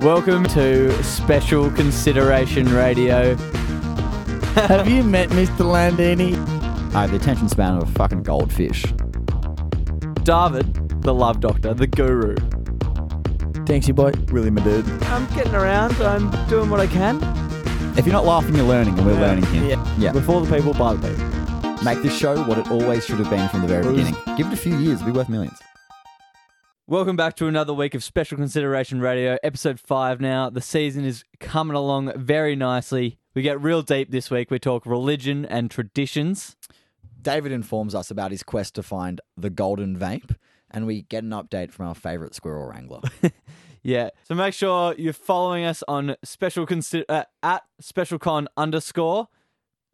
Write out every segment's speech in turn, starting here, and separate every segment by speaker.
Speaker 1: Welcome to Special Consideration Radio.
Speaker 2: Have you met Mr. Landini?
Speaker 3: I have the attention span of a fucking goldfish.
Speaker 1: David, the love doctor, the guru.
Speaker 2: Thanks, you boy.
Speaker 3: Really, my dude.
Speaker 1: I'm getting around, I'm doing what I can.
Speaker 3: If you're not laughing, you're learning, and we're learning here.
Speaker 1: Yeah.
Speaker 3: Yeah.
Speaker 1: Before the people, by the people.
Speaker 3: Make this show what it always should have been from the very
Speaker 1: Bruce.
Speaker 3: beginning. Give it a few years, it'll be worth millions.
Speaker 1: Welcome back to another week of Special Consideration Radio, episode five now. The season is coming along very nicely. We get real deep this week. We talk religion and traditions.
Speaker 3: David informs us about his quest to find the golden vape, and we get an update from our favourite squirrel wrangler.
Speaker 1: Yeah. So make sure you're following us on special consi- uh, at specialcon underscore.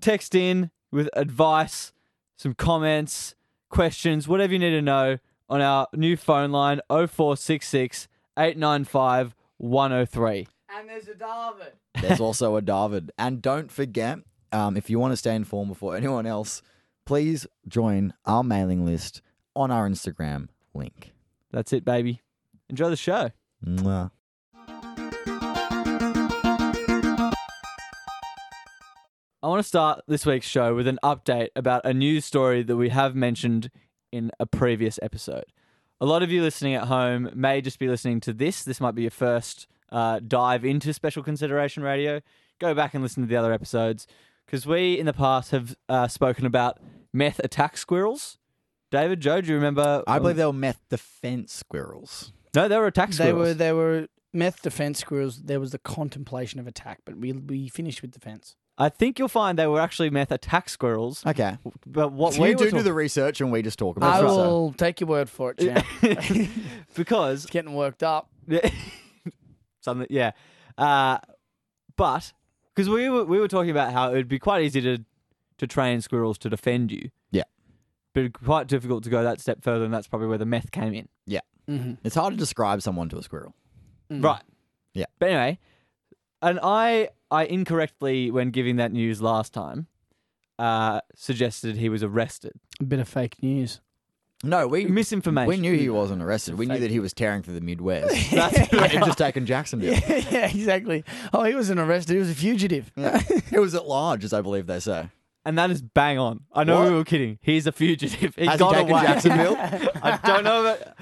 Speaker 1: Text in with advice, some comments, questions, whatever you need to know on our new phone line 0466 895 103.
Speaker 3: There's also a David. And don't forget, um, if you want to stay informed before anyone else, please join our mailing list on our Instagram link.
Speaker 1: That's it, baby. Enjoy the show.
Speaker 3: Mwah.
Speaker 1: I want to start this week's show with an update about a news story that we have mentioned in a previous episode. A lot of you listening at home may just be listening to this. This might be your first uh, dive into Special Consideration Radio. Go back and listen to the other episodes because we in the past have uh, spoken about meth attack squirrels. David, Joe, do you remember?
Speaker 3: I believe they were meth defense squirrels.
Speaker 1: no, they were attack
Speaker 2: They
Speaker 1: squirrels.
Speaker 2: were they were meth defense squirrels. There was the contemplation of attack, but we we finished with defense.
Speaker 1: I think you'll find they were actually meth attack squirrels.
Speaker 3: Okay.
Speaker 1: But what
Speaker 3: So
Speaker 1: we
Speaker 3: you
Speaker 1: were
Speaker 3: do do
Speaker 1: talking-
Speaker 3: the research and we just talk about
Speaker 2: I
Speaker 3: it.
Speaker 2: will take your word for it, champ.
Speaker 1: because
Speaker 2: it's getting worked up.
Speaker 1: Yeah. Something, yeah. Uh, but because we were we were talking about how it would be quite easy to to train squirrels to defend you.
Speaker 3: Yeah.
Speaker 1: But quite difficult to go that step further, and that's probably where the meth came in.
Speaker 2: Mm-hmm.
Speaker 3: It's hard to describe someone to a squirrel.
Speaker 2: Mm.
Speaker 1: Right.
Speaker 3: Mm. Yeah.
Speaker 1: But anyway, and I I incorrectly when giving that news last time. Uh, suggested he was arrested.
Speaker 2: A bit of fake news.
Speaker 3: No, we
Speaker 1: Misinformation.
Speaker 3: we knew he wasn't arrested. We knew that he was tearing through the Midwest. That's He'd just taken Jacksonville.
Speaker 2: yeah, exactly. Oh, he wasn't arrested. He was a fugitive.
Speaker 3: It was at large, as I believe they say.
Speaker 1: and that is bang on. I know
Speaker 3: What?
Speaker 1: we were kidding. He's a fugitive. He
Speaker 3: Has he
Speaker 1: got
Speaker 3: taken
Speaker 1: away.
Speaker 3: Jacksonville?
Speaker 1: I don't know. About,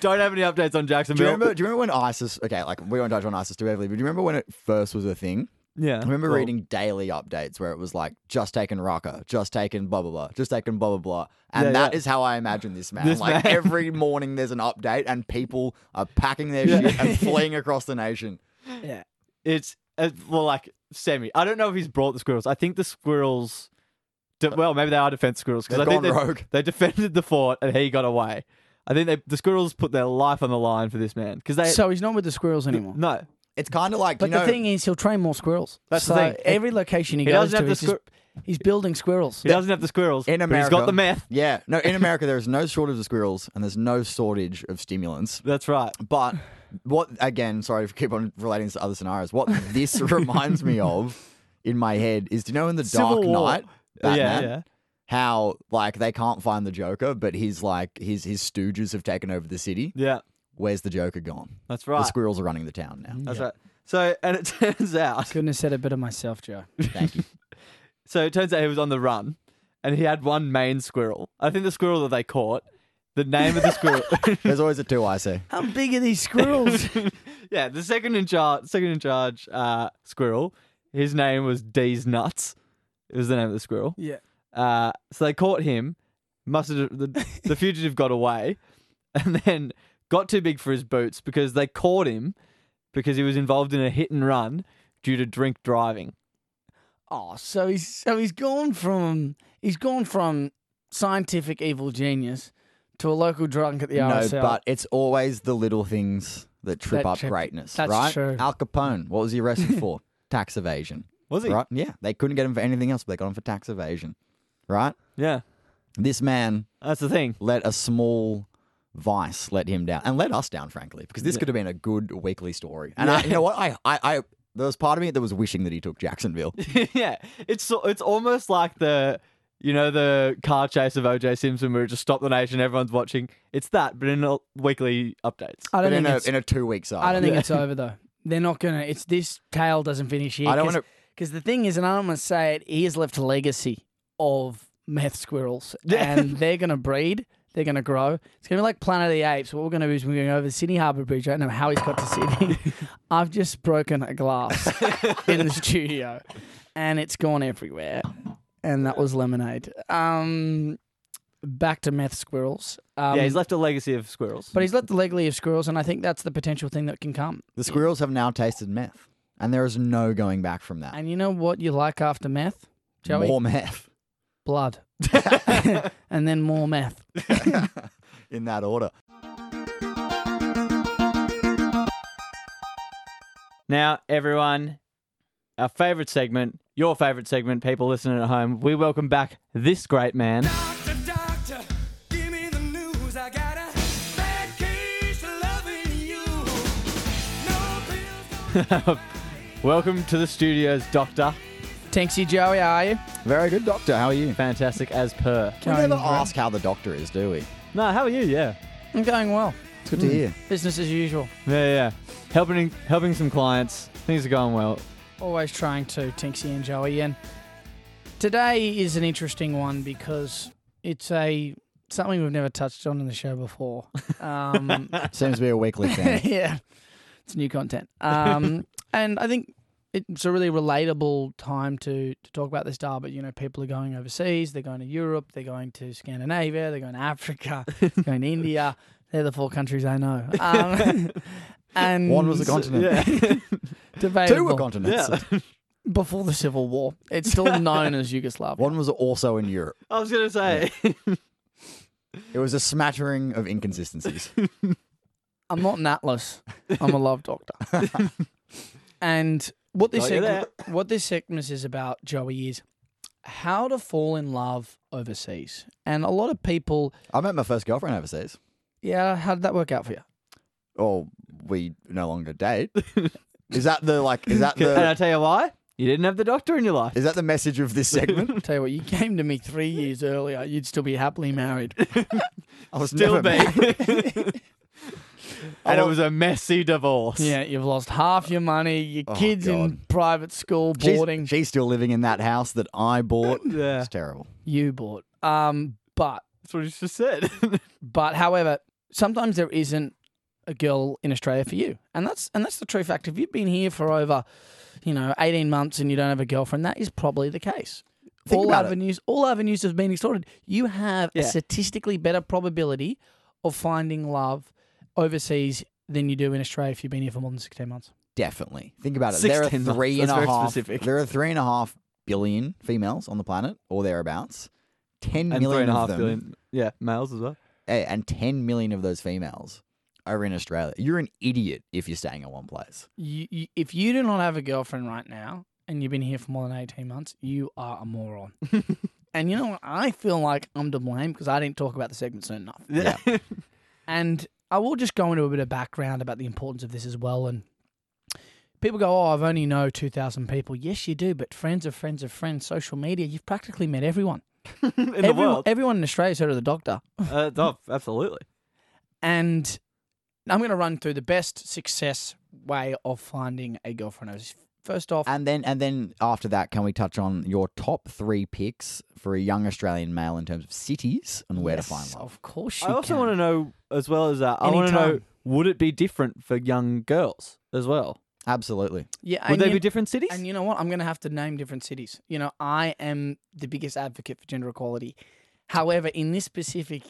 Speaker 1: don't have any updates on
Speaker 3: Do
Speaker 1: Jacksonville.
Speaker 3: you remember? Do you remember when ISIS? Okay, like we won't touch on ISIS too heavily, but do you remember when it first was a thing?
Speaker 1: Yeah.
Speaker 3: I remember
Speaker 1: Well,
Speaker 3: reading daily updates where it was like just taken Raqqa, just taken blah blah blah, just taken blah blah blah,
Speaker 1: Yeah,
Speaker 3: and that is
Speaker 1: yeah.
Speaker 3: how I imagine this man.
Speaker 1: This
Speaker 3: like
Speaker 1: man.
Speaker 3: every morning, there's an update, and people are packing their
Speaker 1: Yeah.
Speaker 3: shit and fleeing across the nation.
Speaker 2: Yeah.
Speaker 1: It's uh, well, like semi. I don't know if he's brought the squirrels. I think the squirrels. De- well, maybe they are defense squirrels because
Speaker 3: They've
Speaker 1: I think
Speaker 3: gone
Speaker 1: they,
Speaker 3: rogue.
Speaker 1: they defended the fort and he got away. I think they, the squirrels put their life on the line for this man because they
Speaker 2: So he's not with the squirrels anymore.
Speaker 1: no
Speaker 3: It's kind of like
Speaker 2: But
Speaker 3: you know,
Speaker 2: the thing is, he'll train more squirrels.
Speaker 1: That's the
Speaker 2: so
Speaker 1: thing.
Speaker 2: Every location he,
Speaker 1: He doesn't
Speaker 2: goes to,
Speaker 1: have
Speaker 2: he's,
Speaker 1: the
Speaker 2: just, he's building squirrels.
Speaker 1: he doesn't have the squirrels
Speaker 3: in
Speaker 1: but
Speaker 3: America,
Speaker 1: he's got the meth.
Speaker 3: Yeah, no, in America there is no shortage of squirrels and there's no shortage of stimulants.
Speaker 1: That's right.
Speaker 3: But what again? Sorry if I keep on relating this to other scenarios. What this reminds me of in my head is, do you know, in the
Speaker 1: Civil
Speaker 3: Dark
Speaker 1: War.
Speaker 3: Knight, Batman,
Speaker 1: Yeah, yeah.
Speaker 3: how like they can't find the Joker, but he's like his his stooges have taken over the city.
Speaker 1: Yeah,
Speaker 3: Where's the Joker gone?
Speaker 1: that's right.
Speaker 3: The squirrels are running the town now.
Speaker 1: that's right. So and it turns out
Speaker 2: Couldn't have said it better myself, Joe.
Speaker 3: Thank you.
Speaker 1: So it turns out he was on the run, and he had one main squirrel. I think the squirrel that they caught. The name of the squirrel.
Speaker 3: There's always a two I say.
Speaker 2: How big are these squirrels?
Speaker 1: yeah, the second in charge, second in charge uh, squirrel. His name was D's Nuts. It was the name of the squirrel.
Speaker 2: yeah.
Speaker 1: Uh, so they caught him. Must have, the, the fugitive got away, and then got too big for his boots because they caught him because he was involved in a hit and run due to drink driving.
Speaker 2: Oh, so he's so he's gone from he's gone from scientific evil genius to a local drunk at the
Speaker 3: No,
Speaker 2: RSL.
Speaker 3: but it's always the little things that trip
Speaker 2: That
Speaker 3: up
Speaker 2: trip-
Speaker 3: greatness,
Speaker 2: that's
Speaker 3: right?
Speaker 2: true.
Speaker 3: Al Capone, what was he arrested for? tax evasion,
Speaker 1: Was he?
Speaker 3: right? Yeah, they couldn't get him for anything else, but they got him for tax evasion, right?
Speaker 1: Yeah,
Speaker 3: This man
Speaker 1: that's the thing.
Speaker 3: let a small vice let him down and let us down, frankly, because this could have been a good weekly story. And I, you know what? I, I, I, there was part of me that was wishing that he took Jacksonville.
Speaker 1: yeah, it's so- it's almost like the you know the car chase of OJ Simpson where it just stopped the nation, everyone's watching. It's that, but in a- weekly updates.
Speaker 2: I
Speaker 3: But
Speaker 2: don't
Speaker 3: in
Speaker 2: think
Speaker 3: a,
Speaker 2: it's,
Speaker 3: in a two week cycle.
Speaker 2: I don't think it's over though. They're not gonna. It's this tale doesn't finish here.
Speaker 3: I don't want to.
Speaker 2: Because the thing is, and I don't want to say it, he has left a legacy of meth squirrels, and they're gonna breed. They're going to grow. It's going to be like Planet of the Apes. What we're going to do is we're going to go over the Sydney Harbour Bridge. I don't know how he's got to Sydney. I've just broken a glass in the studio, and it's gone everywhere. And that was lemonade. Um, back to meth squirrels. Um,
Speaker 1: yeah, he's left a legacy of squirrels.
Speaker 2: but he's left the legally of squirrels, and I think that's the potential thing that can come.
Speaker 3: The squirrels have now tasted meth, and there is no going back from that.
Speaker 2: And you know what you like after meth, Joey?
Speaker 3: More meth
Speaker 2: Blood. and then more meth.
Speaker 3: in that order.
Speaker 1: Now, everyone, our favorite segment, your favorite segment, people listening at home, we welcome back this great man.
Speaker 4: Doctor, doctor, give me the news. I got a bad case of loving you. No pills, no
Speaker 1: welcome to the studios, Doctor.
Speaker 2: Thanks you, Joey. How are you?
Speaker 3: Very good, doctor. How are you?
Speaker 1: Fantastic as per.
Speaker 3: We
Speaker 2: Going
Speaker 3: never
Speaker 2: well.
Speaker 3: ask how the doctor is, do we?
Speaker 1: No, how are you? Yeah.
Speaker 2: I'm going well.
Speaker 3: It's good to hear.
Speaker 2: Business as usual.
Speaker 1: Yeah, yeah. Helping helping some clients. Things are going well.
Speaker 2: Always trying to, Tinksy and Joey. And today is an interesting one because it's a something we've never touched on in the show before. Um,
Speaker 3: Seems to be a weekly thing.
Speaker 2: yeah, it's new content. Um, and I think it's a really relatable time to to talk about this, Dar. But you know, people are going overseas. They're going to Europe. They're going to Scandinavia. They're going to Africa. they're going to India. They're the four countries I know. Um, and
Speaker 3: One was a continent. Two
Speaker 2: debatable
Speaker 3: were continents.
Speaker 2: before the Civil War. It's still known as Yugoslavia.
Speaker 3: One was also in Europe.
Speaker 1: I was gonna say.
Speaker 3: It was a smattering of inconsistencies.
Speaker 2: I'm not an atlas. I'm a love doctor. and what this
Speaker 1: Got you
Speaker 2: seg- what this segment is about, Joey, is how to fall in love overseas. And a lot of people,
Speaker 3: I met my first girlfriend overseas.
Speaker 2: yeah, how did that work out for you?
Speaker 3: Oh, we no longer date. Is that the like? Is that
Speaker 1: and I
Speaker 3: the?
Speaker 1: tell you why? You didn't have the doctor in your life.
Speaker 3: Is that the message of this segment?
Speaker 2: Tell you what, you came to me three years earlier, you'd still be happily married.
Speaker 3: I was
Speaker 1: Still
Speaker 3: never
Speaker 1: be.
Speaker 3: married.
Speaker 1: and it was a messy divorce.
Speaker 2: yeah, you've lost half your money, your
Speaker 3: Oh,
Speaker 2: kids in
Speaker 3: God.
Speaker 2: private school,
Speaker 3: She's-
Speaker 2: boarding.
Speaker 3: She's, still living in that house that I bought.
Speaker 1: Yeah.
Speaker 3: It's terrible.
Speaker 2: you bought. Um, but
Speaker 1: That's what he just said.
Speaker 2: But however, sometimes there isn't a girl in Australia for you. And that's and that's the true fact. If you've been here for over, you know, eighteen months and you don't have a girlfriend, that is probably the case.
Speaker 3: Think
Speaker 2: all
Speaker 3: about it.
Speaker 2: avenues all avenues have been exhausted. You have a
Speaker 1: Yeah.
Speaker 2: statistically better probability of finding love overseas than you do in Australia if you've been here for more than sixteen months.
Speaker 3: Definitely. Think about it. There are
Speaker 1: 16 months.
Speaker 3: three
Speaker 1: That's
Speaker 3: and a
Speaker 1: very
Speaker 3: half.
Speaker 1: specific.
Speaker 3: There are three and a half billion females on the planet, or thereabouts. Ten
Speaker 1: and three
Speaker 3: million
Speaker 1: and a half
Speaker 3: of them.
Speaker 1: billion. Yeah, males as well.
Speaker 3: Hey, and ten million of those females are in Australia. You're an idiot if you're staying in one place.
Speaker 2: You, you if you do not have a girlfriend right now and you've been here for more than 18 months, you are a moron. and you know what? I feel like I'm to blame because I didn't talk about the segment soon enough.
Speaker 3: Yeah.
Speaker 2: And I will just go into a bit of background about the importance of this as well. And people go, "Oh, I've only know two thousand people." Yes, you do, but friends of friends of friends, social media, you've practically met everyone.
Speaker 1: in the
Speaker 2: everyone,
Speaker 1: world.
Speaker 2: everyone in Australia's heard of the doctor.
Speaker 1: Uh, oh, absolutely.
Speaker 2: And I'm going to run through the best success way of finding a girlfriend. overseas. First off,
Speaker 3: And then and then after that, can we touch on your top three picks for a young Australian male in terms of cities and where to find
Speaker 2: Yes,
Speaker 3: love?
Speaker 2: Of course, you
Speaker 1: I also
Speaker 2: can.
Speaker 1: want to know, as well as that, I want to know
Speaker 2: Anytime.
Speaker 1: would it be different for young girls as well?
Speaker 3: Absolutely.
Speaker 2: Yeah,
Speaker 1: Would
Speaker 2: and
Speaker 1: they
Speaker 2: you-
Speaker 1: be different cities?
Speaker 2: And you know what? I'm going to have to name different cities. You know, I am the biggest advocate for gender equality. However, in this specific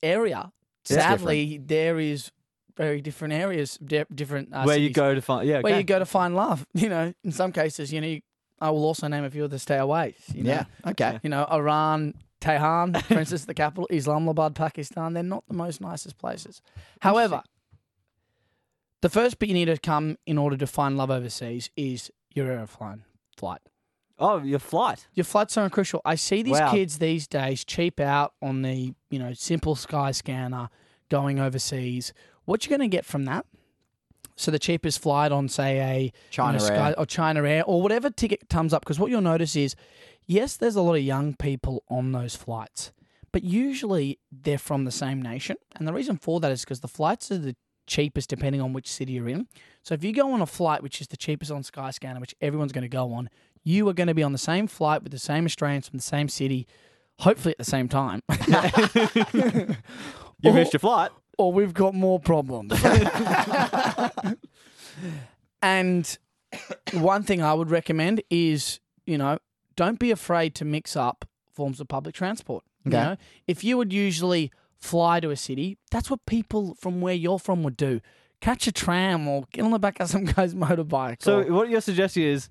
Speaker 2: area,
Speaker 3: It's
Speaker 2: sadly, there is very different areas, di- different uh,
Speaker 1: where you
Speaker 2: cities
Speaker 1: go to find. Yeah,
Speaker 2: where
Speaker 1: okay.
Speaker 2: you go to find love. You know, in some cases, you know, you, I will also name a few of the stay aways. You know?
Speaker 3: Yeah. Okay.
Speaker 2: you know, Iran, Tehran, for instance, the capital, Islamabad, Pakistan, they're not the most nicest places. However, the first bit you need to come in order to find love overseas is your airplane flight.
Speaker 1: Oh, your flight.
Speaker 2: Your flights are crucial. I see these
Speaker 1: Wow.
Speaker 2: kids these days cheap out on the, you know, simple sky scanner going overseas. What you're going to get from that? So the cheapest flight on, say, a you know,
Speaker 3: China
Speaker 2: Sky-
Speaker 3: Air.
Speaker 2: or China Air or whatever ticket comes up. Because what you'll notice is, yes, there's a lot of young people on those flights, but usually they're from the same nation. And the reason for that is because the flights are the cheapest depending on which city you're in. So if you go on a flight which is the cheapest on Skyscanner, which everyone's going to go on, you are going to be on the same flight with the same Australians from the same city, hopefully at the same time.
Speaker 1: You
Speaker 2: Or-
Speaker 1: missed your flight.
Speaker 2: or we've got more problems. and one thing I would recommend is, you know, don't be afraid to mix up forms of public transport. You
Speaker 3: Okay.
Speaker 2: know, if you would usually fly to a city, that's what people from where you're from would do. Catch a tram or get on the back of some guy's motorbike.
Speaker 1: So
Speaker 2: or-
Speaker 1: what you're suggesting is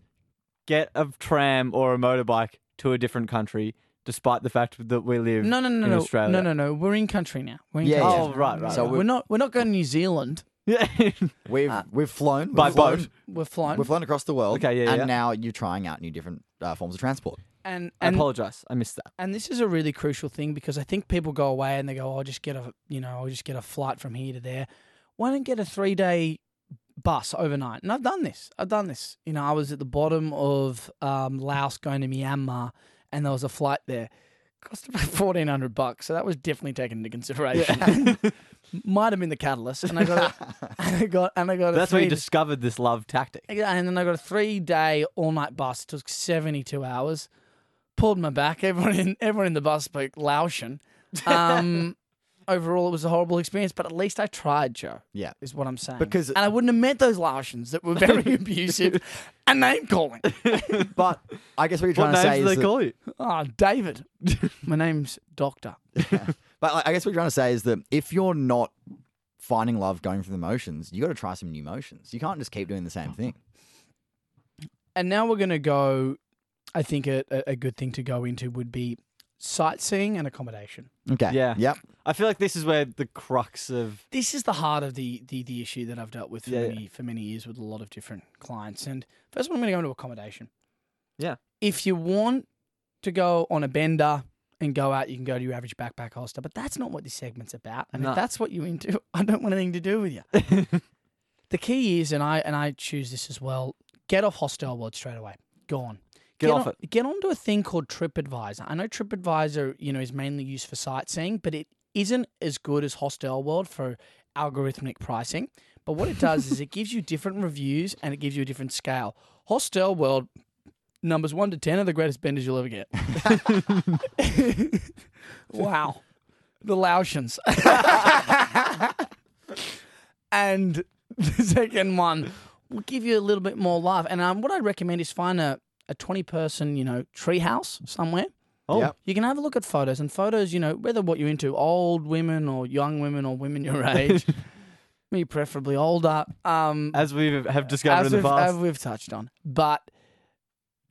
Speaker 1: get a tram or a motorbike to a different country, despite the fact that we live
Speaker 2: no, no, no,
Speaker 1: in
Speaker 2: no,
Speaker 1: Australia.
Speaker 2: no, no, no. We're in country now. We're in
Speaker 3: Yeah,
Speaker 2: country
Speaker 3: yeah.
Speaker 1: Oh,
Speaker 2: now.
Speaker 1: right, right,
Speaker 2: So
Speaker 3: right.
Speaker 2: we're not we're not going to New Zealand.
Speaker 1: Yeah.
Speaker 3: We've we've flown
Speaker 1: Uh, by
Speaker 3: we've flown,
Speaker 1: boat.
Speaker 2: We're flying.
Speaker 3: We've flown across the world.
Speaker 1: Okay, yeah,
Speaker 3: And
Speaker 1: yeah.
Speaker 3: now you're trying out new different uh, forms of transport.
Speaker 2: and
Speaker 1: I
Speaker 2: and
Speaker 1: apologize. I missed that.
Speaker 2: And this is a really crucial thing because I think people go away and they go, "Oh, I'll just get a, you know, I'll just get a flight from here to there. Why don't get a three day bus overnight? And I've done this. I've done this. You know, I was at the bottom of um, Laos going to Myanmar, and there was a flight there. Cost about fourteen hundred bucks, so that was definitely taken into consideration. Might have been the catalyst, and I got, a, and I got, and I got.
Speaker 1: That's
Speaker 2: a
Speaker 1: where you
Speaker 2: three-
Speaker 1: discovered this love tactic.
Speaker 2: and then I got a three day all night bus. took seventy two hours. Pulled my back. Everyone in everyone in the bus spoke Laotian. Um, overall, it was a horrible experience, but at least I tried, Joe.
Speaker 3: Yeah.
Speaker 2: is what I'm saying.
Speaker 3: Because-
Speaker 2: and I wouldn't have met those Laotians that were very abusive and name calling.
Speaker 3: But I guess what you're
Speaker 1: What
Speaker 3: trying
Speaker 1: names
Speaker 3: to say
Speaker 1: do they
Speaker 3: is that-
Speaker 1: call you?
Speaker 2: Oh, David, my name's Doctor.
Speaker 3: But like, I guess what you're trying to say is that if you're not finding love going through the motions, you got to try some new motions. You can't just keep doing the same thing.
Speaker 2: And now we're going to go. I think a, a a good thing to go into would be sightseeing and accommodation.
Speaker 3: Okay.
Speaker 1: Yeah.
Speaker 3: Yep.
Speaker 1: I feel like this is where the crux of
Speaker 2: this is the heart of the the, the issue that I've dealt with for,
Speaker 1: Yeah, yeah.
Speaker 2: many, for many years with a lot of different clients. And first one, I'm going to go into accommodation.
Speaker 1: Yeah.
Speaker 2: If you want to go on a bender and go out, you can go to your average backpack hostel, but that's not what this segment's about. And
Speaker 1: No.
Speaker 2: if that's what you're into, I don't want anything to do with you. the key is, and I and I choose this as well. Get off hostel world straight away. Gone.
Speaker 1: Get off
Speaker 2: on, it. Get onto a thing called TripAdvisor. I know TripAdvisor, you know, is mainly used for sightseeing, but it isn't as good as Hostel World for algorithmic pricing. But what it does is it gives you different reviews and it gives you a different scale. Hostel World numbers one to ten are the greatest benders you'll ever get. wow, the Laotians. and the second one will give you a little bit more life. And um, what I'd recommend is find a, a 20 person, you know, treehouse somewhere.
Speaker 1: Oh,
Speaker 3: Yep.
Speaker 2: You can have a look at photos and photos, you know, whether what you're into, old women or young women or women your age, me preferably older. Um,
Speaker 1: as we have discovered in
Speaker 2: as
Speaker 1: the
Speaker 2: we've,
Speaker 1: past.
Speaker 2: as we've touched on. But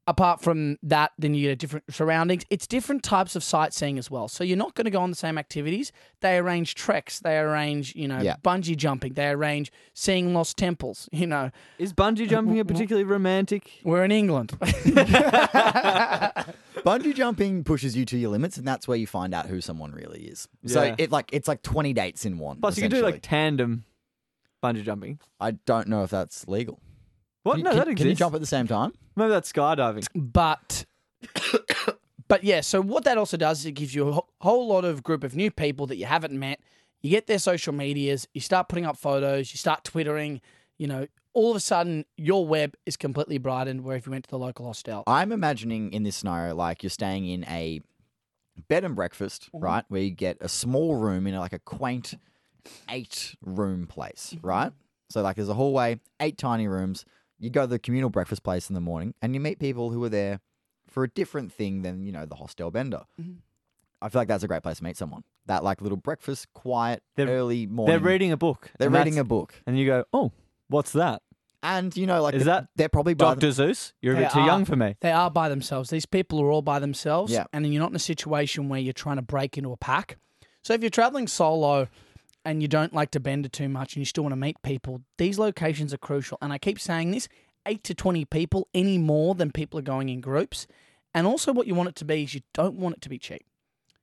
Speaker 2: apart from that, then you get different surroundings. It's different types of sightseeing as well. So you're not going to go on the same activities. They arrange treks. They arrange, you know,
Speaker 3: Yeah.
Speaker 2: bungee jumping. They arrange seeing lost temples. You know,
Speaker 1: Is bungee jumping a particularly romantic?
Speaker 2: we're in England.
Speaker 3: Bungee jumping pushes you to your limits, and that's where you find out who someone really is. So
Speaker 1: Yeah.
Speaker 3: it like it's like twenty dates in one.
Speaker 1: Plus, you can do like
Speaker 3: essentially.
Speaker 1: tandem bungee jumping.
Speaker 3: I don't know if that's legal.
Speaker 1: What?
Speaker 3: Can-
Speaker 1: Oh, no,
Speaker 3: can,
Speaker 1: that exists.
Speaker 3: Can you jump at the same time?
Speaker 1: Maybe that's skydiving.
Speaker 2: but but yeah so what that also does is it gives you a wh- whole lot of group of new people that you haven't met you get their social medias you start putting up photos you start twittering you know all of a sudden your web is completely brightened where if you went to the local hostel
Speaker 3: I'm imagining in this scenario, like you're staying in a bed and breakfast,
Speaker 1: Mm-hmm.
Speaker 3: right? Where you get a small room in like a quaint eight room place,
Speaker 1: Mm-hmm.
Speaker 3: right? So like there's a hallway, eight tiny rooms. You go to the communal breakfast place in the morning and you meet people who are there for a different thing than, you know, the hostel bender.
Speaker 1: Mm-hmm.
Speaker 3: I feel like that's a great place to meet someone. That like little breakfast, quiet,
Speaker 1: They're-
Speaker 3: early morning.
Speaker 1: They're reading a book.
Speaker 3: They're
Speaker 1: and
Speaker 3: reading a
Speaker 1: that's-
Speaker 3: book.
Speaker 1: and you go, oh, what's that?
Speaker 3: And you know, like
Speaker 1: Is
Speaker 3: the-
Speaker 1: that
Speaker 3: they're probably by the-
Speaker 1: Doctor Zeus, you're a
Speaker 2: They
Speaker 1: bit too
Speaker 2: are-
Speaker 1: young for me.
Speaker 2: they are by themselves these people are all by themselves
Speaker 3: Yeah.
Speaker 2: and then you're not in a situation where you're trying to break into a pack so if you're traveling solo and you don't like to bend it too much and you still want to meet people these locations are crucial and i keep saying this 8 to 20 people any more than people are going in groups and also what you want it to be is you don't want it to be cheap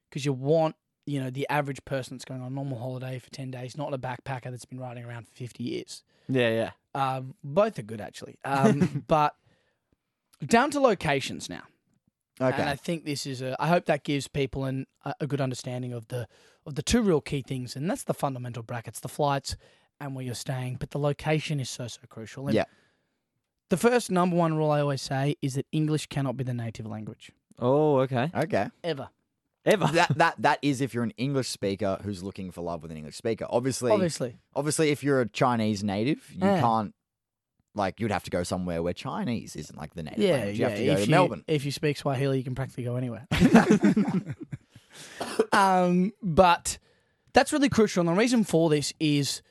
Speaker 2: because you want you know the average person that's going on a normal holiday for 10 days not a backpacker that's been riding around for 50 years
Speaker 1: Yeah, yeah.
Speaker 2: um, both are good actually. Um, but down to locations now,
Speaker 3: Okay.
Speaker 2: and I think this is a. I hope that gives people an, a, a good understanding of the of the two real key things, and that's the fundamental brackets, the flights, and where you're staying, but the location is so so crucial. And
Speaker 3: Yeah.
Speaker 2: The first number one rule I always say is that English cannot be the native language
Speaker 1: Oh, okay.
Speaker 3: Okay.
Speaker 2: ever.
Speaker 1: Ever.
Speaker 3: that that that is if you're an English speaker who's looking for love with an English speaker. Obviously, obviously,
Speaker 2: Obviously,
Speaker 3: if you're a Chinese native, you
Speaker 2: Yeah.
Speaker 3: can't like you'd have to go somewhere where Chinese isn't like the native language. You have to go
Speaker 2: if
Speaker 3: to
Speaker 2: you,
Speaker 3: Melbourne.
Speaker 2: If you speak Swahili, you can practically go anywhere. um, but that's really crucial. And the reason for this is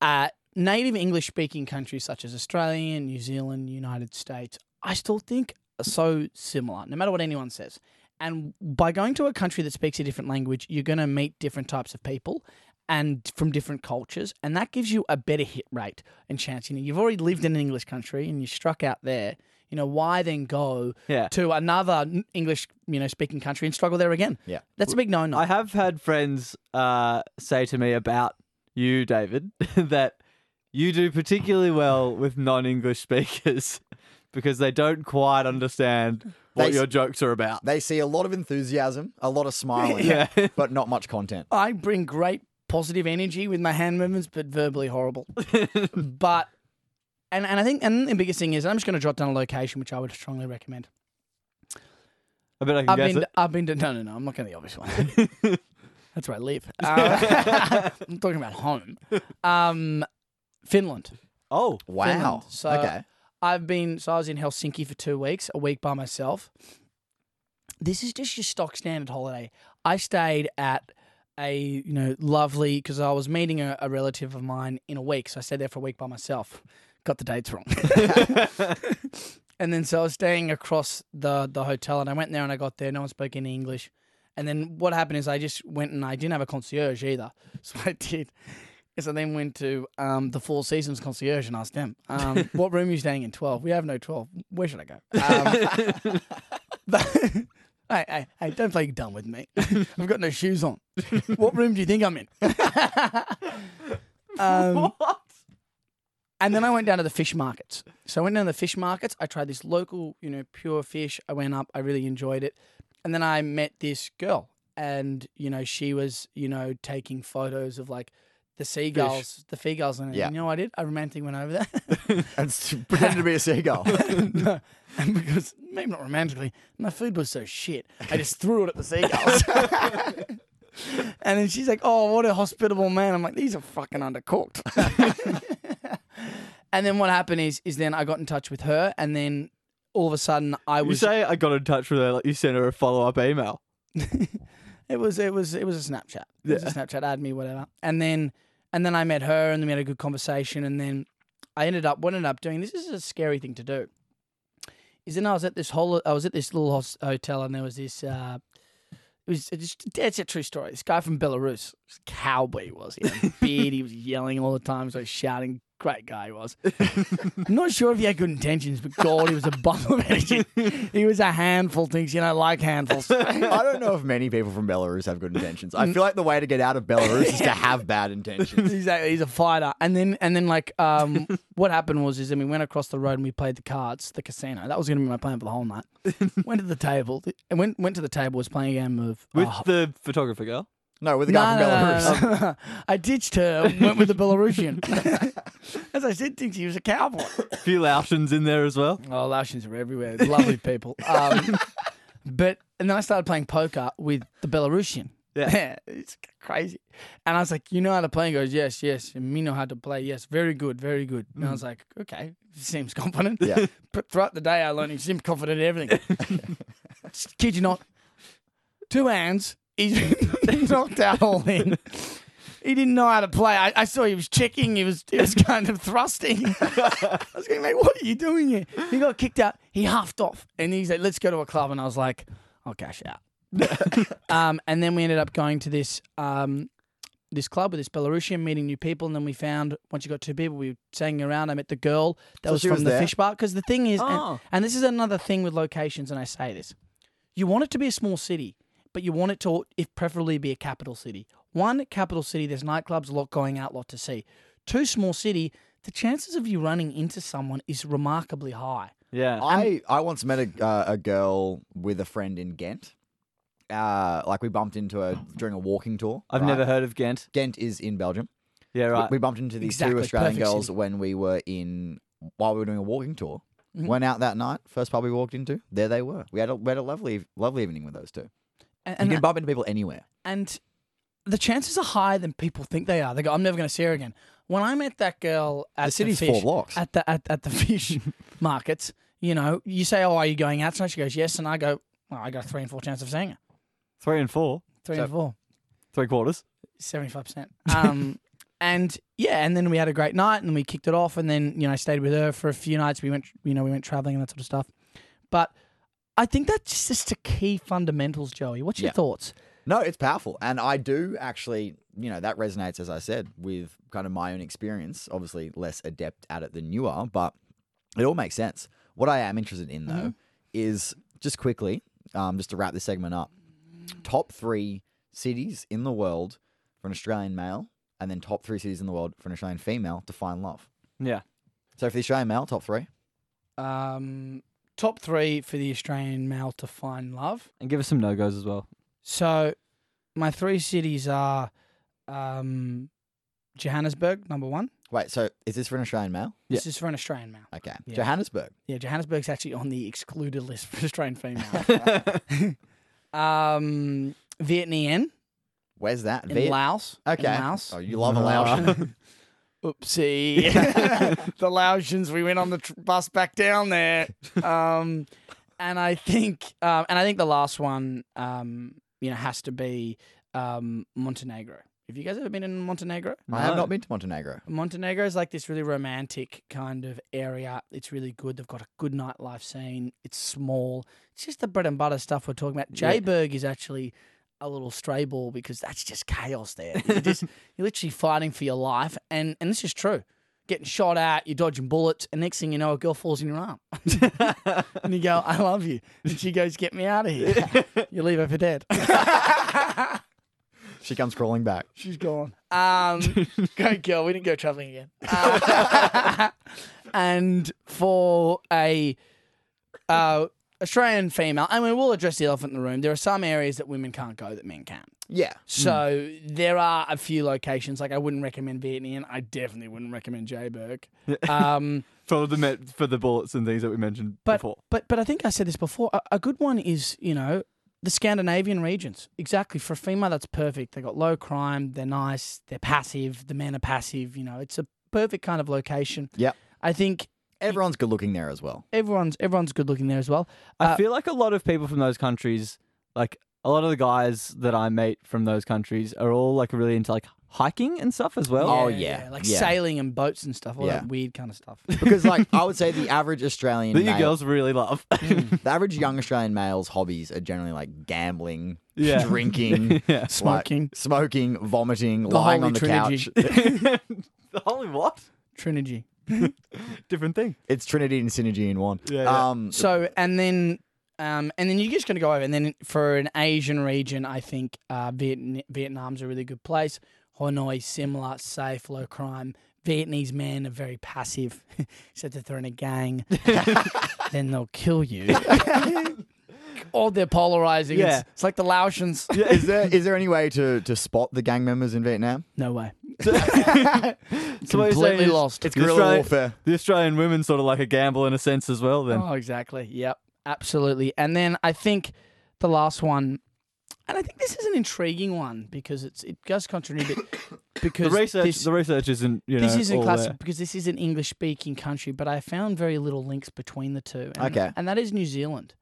Speaker 2: uh, native English speaking countries such as Australia, New Zealand, United States, I still think are so similar, no matter what anyone says. And by going to a country that speaks a different language, you're going to meet different types of people and from different cultures. And that gives you a better hit rate and chance. You know, you've already lived in an English country and you struck out there. You know, why then go
Speaker 1: Yeah.
Speaker 2: to another n- English, you know, speaking country and struggle there again?
Speaker 3: Yeah.
Speaker 2: That's a big no no.
Speaker 1: I have had friends uh, say to me about you, David, that you do particularly well with non-English speakers because they don't quite understand what
Speaker 3: They s-
Speaker 1: your jokes are about.
Speaker 3: They see a lot of enthusiasm, a lot of smiling,
Speaker 1: Yeah.
Speaker 3: but not much content.
Speaker 2: I bring great positive energy with my hand movements, but verbally horrible. but and and I think and the biggest thing is I'm just going to drop down a location which I would strongly recommend.
Speaker 1: I bet I can
Speaker 2: I've
Speaker 1: guess
Speaker 2: been
Speaker 1: it.
Speaker 2: I've been to no no no I'm not going to the obvious one. That's where I live. Uh, I'm talking about home. Um, Finland.
Speaker 1: Oh,
Speaker 3: Wow.
Speaker 2: Finland. So
Speaker 3: okay.
Speaker 2: I've been so I was in Helsinki for two weeks, a week by myself. This is just your stock standard holiday. I stayed at a you know lovely because I was meeting a, a relative of mine in a week, so I stayed there for a week by myself. Got the dates wrong, and then so I was staying across the the hotel, and I went there and I got there. No one spoke any English, and then what happened is I just went and I didn't have a concierge either, so I did is I then went to um, the Four Seasons concierge and asked them, um, "What room are you staying in? Twelve? We have no twelve. Where should I go?" Um, hey, hey, hey! Don't play dumb with me. I've got no shoes on. what room do you think I'm in? um,
Speaker 1: what?
Speaker 2: and then I went down to the fish markets. So I went down to the fish markets. I tried this local, you know, pure fish. I went up. I really enjoyed it. And then I met this girl, and you know, she was, you know, taking photos of like the seagulls, the seagulls, and
Speaker 3: Yeah.
Speaker 2: you know, what I did. I romantically went over there.
Speaker 3: And s- pretend to be a seagull.
Speaker 2: no, and because maybe not romantically, my food was so shit. I just threw it at the seagulls. and then she's like, "Oh, what a hospitable man!" I'm like, "These are fucking undercooked." and then what happened is, is then I got in touch with her, and then all of a sudden I
Speaker 1: You
Speaker 2: was.
Speaker 1: say I got in touch with her, like you sent her a follow-up email.
Speaker 2: It was it was it was a Snapchat. It was a Snapchat add me whatever. And then and then I met her and then we had a good conversation and then I ended up what I ended up doing this is a scary thing to do. Is then I was at this whole I was at this little hos- hotel and there was this uh it was it's just it's a true story. This guy from Belarus, this cowboy he was, he had a beard, he was yelling all the time, so shouting. Great guy he was. I'm not sure if he had good intentions, but God, he was a bundle of energy. He was a handful of things, you know, like handfuls.
Speaker 3: I don't know if many people from Belarus have good intentions. I feel like the way to get out of Belarus is to have bad intentions.
Speaker 2: exactly. He's a fighter. And then and then like um what happened was is then we went across the road and we played the cards, the casino. That was gonna be my plan for the whole night. went to the table and went went to the table, was playing a game of
Speaker 1: With
Speaker 2: oh,
Speaker 1: the photographer girl.
Speaker 3: No, with a
Speaker 2: no,
Speaker 3: guy
Speaker 2: no,
Speaker 3: from
Speaker 2: no,
Speaker 3: Belarus.
Speaker 2: no, no, no. I ditched her, went with the Belarusian. As I said, thinks he was a cowboy.
Speaker 1: A few Laotians in there as well.
Speaker 2: Oh, Laotians are everywhere. Lovely people. Um, but and then I started playing poker with the Belarusian.
Speaker 1: Yeah.
Speaker 2: it's crazy. And I was like, "You know how to play?" He goes, "Yes, yes." And me know how to play. Yes, very good, very good. And I was like, "Okay, seems confident."
Speaker 3: Yeah.
Speaker 2: But throughout the day, I learned he seemed confident in everything. Just Kid you not, two hands. He knocked out all in. He didn't know how to play. I, I saw he was checking. He was he was kind of thrusting. I was going, mate, what are you doing here? He got kicked out. He huffed off, and he's like, let's go to a club. And I was like, I'll cash out. um, and then we ended up going to this um, this club with this Belarusian, meeting new people, and then we found once you got two people, we sang around. I met the girl that
Speaker 3: So
Speaker 2: was
Speaker 3: she
Speaker 2: from
Speaker 3: was
Speaker 2: the
Speaker 3: there.
Speaker 2: fish bar. Because the thing is, and,
Speaker 1: Oh.
Speaker 2: and this is another thing with locations, and I say this, you want it to be a small city, but you want it to, if preferably, be a capital city. One capital city, there's nightclubs, a lot going out, lot to see. Two small city, the chances of you running into someone is remarkably high.
Speaker 1: Yeah.
Speaker 3: I, I once met a, uh, a girl with a friend in Ghent. Uh, like we bumped into her during a walking tour.
Speaker 1: I've
Speaker 3: right?
Speaker 1: never heard of Ghent.
Speaker 3: Ghent is in Belgium.
Speaker 1: Yeah,
Speaker 3: We-
Speaker 1: right.
Speaker 3: We bumped into these
Speaker 2: Exactly,
Speaker 3: two Australian
Speaker 2: perfect
Speaker 3: girls
Speaker 2: city.
Speaker 3: when we were in while we were doing a walking tour.
Speaker 2: Mm-hmm.
Speaker 3: Went out that night. First pub we walked into, there they were. We had a, we had a lovely lovely evening with those two.
Speaker 2: And,
Speaker 3: you
Speaker 2: and,
Speaker 3: can bump into people anywhere.
Speaker 2: and the chances are higher than people think they are. They go, I'm never going to see her again. When I met that girl at the,
Speaker 3: city's
Speaker 2: fish,
Speaker 3: four blocks.
Speaker 2: at the at, at the fish markets, you know, you say, "Oh, are you going out tonight?" She goes, "Yes," and I go, well, "I got a three and four chance of seeing her.
Speaker 1: Three and four,
Speaker 2: Three
Speaker 3: So-
Speaker 2: and four.
Speaker 1: three quarters.
Speaker 2: seventy-five percent. Um, and yeah, and then we had a great night, and we kicked it off, and then you know I stayed with her for a few nights. We went, you know, we went traveling and that sort of stuff. But I think that's just the key fundamentals, Joey. What's your
Speaker 3: Yeah.
Speaker 2: thoughts?
Speaker 3: No, it's powerful. And I do actually, you know, that resonates, as I said, with kind of my own experience. Obviously, less adept at it than you are, but it all makes sense. What I am interested in, though,
Speaker 2: Mm-hmm.
Speaker 3: is just quickly, um, just to wrap this segment up top three cities in the world for an Australian male, and then top three cities in the world for an Australian female to find love.
Speaker 1: Yeah.
Speaker 3: So for the Australian male, top three.
Speaker 2: Um, top three for the Australian male to find love.
Speaker 1: And give us some no goes as well.
Speaker 2: So my three cities are um, Johannesburg, number one.
Speaker 3: Wait, so is this for an Australian male?
Speaker 1: Yeah.
Speaker 2: This is for an Australian male.
Speaker 3: Okay.
Speaker 2: Yeah.
Speaker 3: Johannesburg.
Speaker 2: Yeah, Johannesburg's actually on the excluded list for Australian female. um, Viet Nien
Speaker 3: Where's that?
Speaker 2: in
Speaker 3: Viet-
Speaker 2: Laos. in
Speaker 3: Okay.
Speaker 2: Laos.
Speaker 3: Oh, you love a Laotian.
Speaker 2: Oopsie. the Laotians. We went on the tr- bus back down there. Um, and I think, um, and I think the last one, um, you know, has to be um, Montenegro. Have you guys ever been in Montenegro?
Speaker 3: I have
Speaker 1: No.
Speaker 3: not been to Montenegro.
Speaker 2: Montenegro is like this really romantic kind of area. It's really good. They've got a good nightlife scene. It's small. It's just the bread and butter stuff we're talking about.
Speaker 1: Yeah.
Speaker 2: Jayberg is actually a little stray ball because that's just chaos there. You're just you're literally fighting for your life, and and this is true. Getting shot at, you're dodging bullets, and next thing you know, a girl falls in your arm, and you go, "I love you," and she goes, "Get me out of here." you leave her for dead.
Speaker 3: She comes crawling back.
Speaker 2: She's gone. Um, great girl. We didn't go traveling again. Uh, and for a uh, Australian female, I mean, we'll address the elephant in the room. There are some areas that women can't go that men can.
Speaker 3: Yeah.
Speaker 2: So there are a few locations. Like I wouldn't recommend Vietnam. I definitely wouldn't recommend Jayberg. Um,
Speaker 1: for the met, for the bullets and things that we mentioned
Speaker 2: but
Speaker 1: before.
Speaker 2: but but I think I said this before. A, a good one is you know the Scandinavian regions. Exactly for a female, that's perfect. They got low crime. They're nice. They're passive. The men are passive. You know, it's a perfect kind of location.
Speaker 3: Yep.
Speaker 2: I think
Speaker 3: Everyone's good looking there as well.
Speaker 2: everyone's everyone's good looking there as well.
Speaker 1: I
Speaker 2: uh,
Speaker 1: feel like a lot of people from those countries, like a lot of the guys that I meet from those countries, are all like really into like hiking and stuff as well.
Speaker 3: Oh, yeah,
Speaker 2: like
Speaker 3: yeah.
Speaker 2: sailing and boats and stuff. All
Speaker 3: Yeah.
Speaker 2: that weird kind of stuff.
Speaker 3: Because like I would say the average Australian
Speaker 1: that you
Speaker 3: male,
Speaker 1: girls really love.
Speaker 3: the average young Australian male's hobbies are generally like gambling,
Speaker 1: Yeah.
Speaker 3: drinking,
Speaker 1: yeah.
Speaker 3: like,
Speaker 2: Smoking.
Speaker 3: smoking, vomiting, lying
Speaker 2: Holy
Speaker 3: on the
Speaker 2: Trinity.
Speaker 3: couch.
Speaker 1: the holy what?
Speaker 2: Trinity.
Speaker 1: Different thing.
Speaker 3: It's Trinity and Synergy in one.
Speaker 1: Yeah, yeah.
Speaker 3: Um
Speaker 2: So and then um, and then you're just going to go over and then for an Asian region, I think uh, Vietnam, Vietnam's a really good place. Hanoi, similar, safe, low crime. Vietnamese men are very passive, except if they're in a gang, then they'll kill you. or they're polarizing. It's,
Speaker 1: Yeah.
Speaker 2: it's like the Laotians.
Speaker 3: is there is there any way to, to spot the gang members in Vietnam?
Speaker 2: No way.
Speaker 1: So what you're saying
Speaker 2: Completely
Speaker 1: is
Speaker 2: lost.
Speaker 3: It's
Speaker 1: the
Speaker 3: guerrilla
Speaker 1: Australian-
Speaker 3: warfare.
Speaker 1: The Australian women's sort of like a gamble in a sense as well. Then
Speaker 2: Oh, exactly. Yep. Absolutely. And then I think the last one, and I think this is an intriguing one because it's it does contribute a bit because
Speaker 1: the research,
Speaker 2: this,
Speaker 1: the research isn't you know
Speaker 2: this isn't
Speaker 1: all
Speaker 2: classic
Speaker 1: there.
Speaker 2: because this is an English speaking country, but I found very little links between the two. And,
Speaker 3: Okay.
Speaker 2: And that is New Zealand.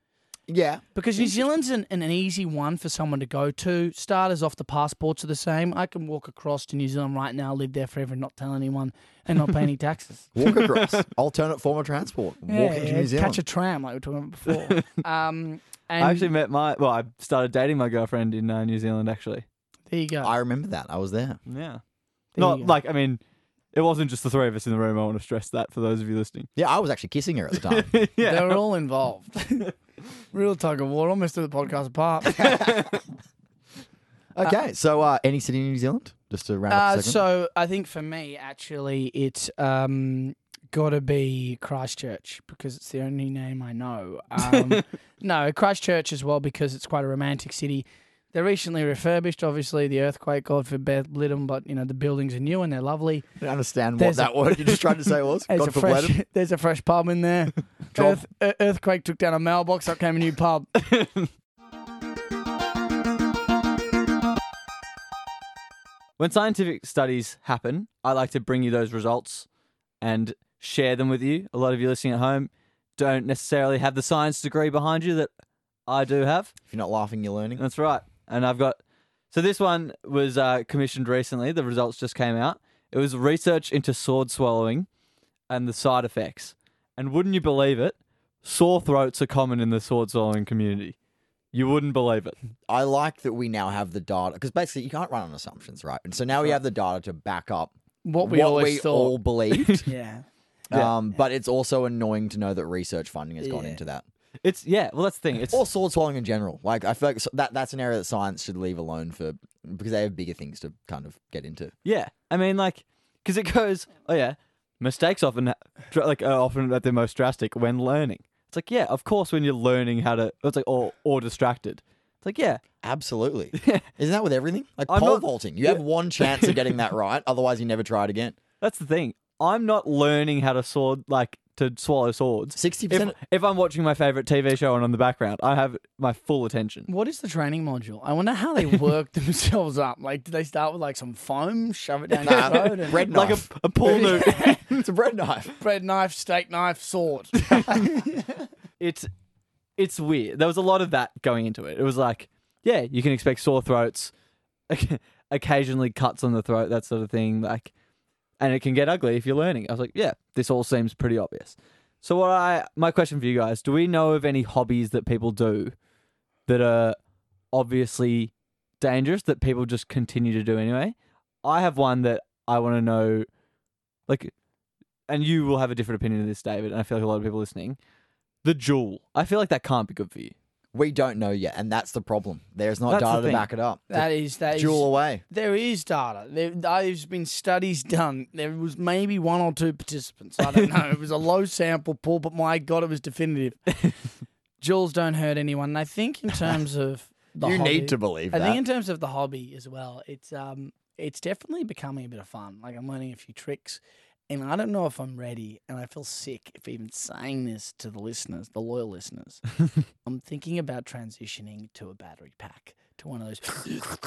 Speaker 3: Yeah.
Speaker 2: Because New Zealand's an, an easy one for someone to go to. Starters off, the passports are the same. I can walk across to New Zealand right now, live there forever, and not tell anyone, and not pay any taxes.
Speaker 3: Walk across. alternate form of transport. Walk into New Zealand.
Speaker 2: Catch a tram, like we were talking about before. um, and
Speaker 1: I actually met my well, I started dating my girlfriend in uh, New Zealand actually.
Speaker 2: there you go.
Speaker 3: I remember that. I was there.
Speaker 1: Yeah,
Speaker 2: There
Speaker 1: not
Speaker 2: you go.
Speaker 1: like I mean, it wasn't just the three of us in the room. I want to stress that for those of you listening.
Speaker 3: Yeah, I was actually kissing her at the time.
Speaker 1: yeah,
Speaker 2: They were all involved. Real tug of war. Almost threw the podcast apart.
Speaker 3: Okay, so uh, any city in New Zealand? Just to round up
Speaker 2: uh,
Speaker 3: the segment.
Speaker 2: so I think for me, actually, it's um, got to be Christchurch because it's the only name I know. Um, no, Christchurch as well because it's quite a romantic city. They're recently refurbished. Obviously, the earthquake, God forbid, lit them, but you know the buildings are new and they're lovely.
Speaker 3: I don't understand
Speaker 2: There's
Speaker 3: what
Speaker 2: a-
Speaker 3: that word you just tried to say was.
Speaker 2: There's
Speaker 3: God
Speaker 2: a
Speaker 3: forbid.
Speaker 2: fresh, there's a fresh pub in there.
Speaker 3: Drop.
Speaker 2: Earth, ear- earthquake took down a mailbox. Up came a new pub.
Speaker 1: When scientific studies happen, I like to bring you those results and share them with you. A lot of you listening at home don't necessarily have the science degree behind you that I do have.
Speaker 3: If you're not laughing, you're learning.
Speaker 1: That's right. And I've got. So this one was uh, commissioned recently. The results just came out. It was research into sword swallowing and the side effects. And wouldn't you believe it? Sore throats are common in the sword swallowing community. You wouldn't believe it.
Speaker 3: I like that we now have the data because basically you can't run on assumptions, right? And so now we have the data to back up
Speaker 2: What we always thought.
Speaker 3: all believed.
Speaker 2: yeah.
Speaker 3: um, but it's also annoying to know that research funding has gone
Speaker 2: Yeah.
Speaker 3: into that.
Speaker 1: It's yeah. Well, that's the thing. It's
Speaker 3: Or sword swallowing in general. Like I feel like so- that that's an area that science should leave alone for because they have bigger things to kind of get into.
Speaker 1: Yeah, I mean, like, because it goes, oh yeah, mistakes often, ha- dr- like, are often at their most drastic when learning. It's like, yeah, of course, when you're learning how to, it's like, or or distracted. It's like, yeah,
Speaker 3: Absolutely. Isn't that with everything? Like
Speaker 1: I'm
Speaker 3: pole
Speaker 1: not-
Speaker 3: vaulting. You have one chance of getting that right, otherwise you never try it again.
Speaker 1: that's the thing. I'm not learning how to sword like to swallow swords.
Speaker 3: 60%
Speaker 1: If, if I'm watching my favorite TV show and on the background, I have my full attention.
Speaker 2: What is the training module? I wonder how they work themselves up. Like, do they start with like some foam, shove it down your
Speaker 3: Nah,
Speaker 2: throat, and
Speaker 3: bread
Speaker 1: Like
Speaker 3: knife.
Speaker 1: a, a pool noodle.
Speaker 3: it's a bread knife.
Speaker 2: bread knife, steak knife, sword?
Speaker 1: it's it's weird. There was a lot of that going into it. It was like, yeah, you can expect sore throats, occasionally cuts on the throat, that sort of thing. Like, and it can get ugly if you're learning. I was like, yeah, this all seems pretty obvious. So what I my question for you guys: Do we know of any hobbies that people do that are obviously dangerous that people just continue to do anyway? I have one that I want to know, like, and you will have a different opinion of this, David. And I feel like a lot of people listening the jewel. I feel like that can't be good for you.
Speaker 3: We don't know yet, and that's the problem. There's not
Speaker 1: That's the
Speaker 3: data to
Speaker 1: thing.
Speaker 3: back it up.
Speaker 2: That is that is
Speaker 3: Jewel away.
Speaker 2: There is data. There, there's been studies done. There was maybe one or two participants. I don't know. it was a low sample pool, but my God, it was definitive. Jewels don't hurt anyone. And I think in terms of the
Speaker 3: you
Speaker 2: hobby-
Speaker 3: need to believe
Speaker 2: I
Speaker 3: that.
Speaker 2: think in terms of the hobby as well, it's um, it's definitely becoming a bit of fun. Like I'm learning a few tricks, and I don't know if I'm ready. And I feel sick if even saying this to the listeners, the loyal listeners. I'm thinking about transitioning to a battery pack, to one of those.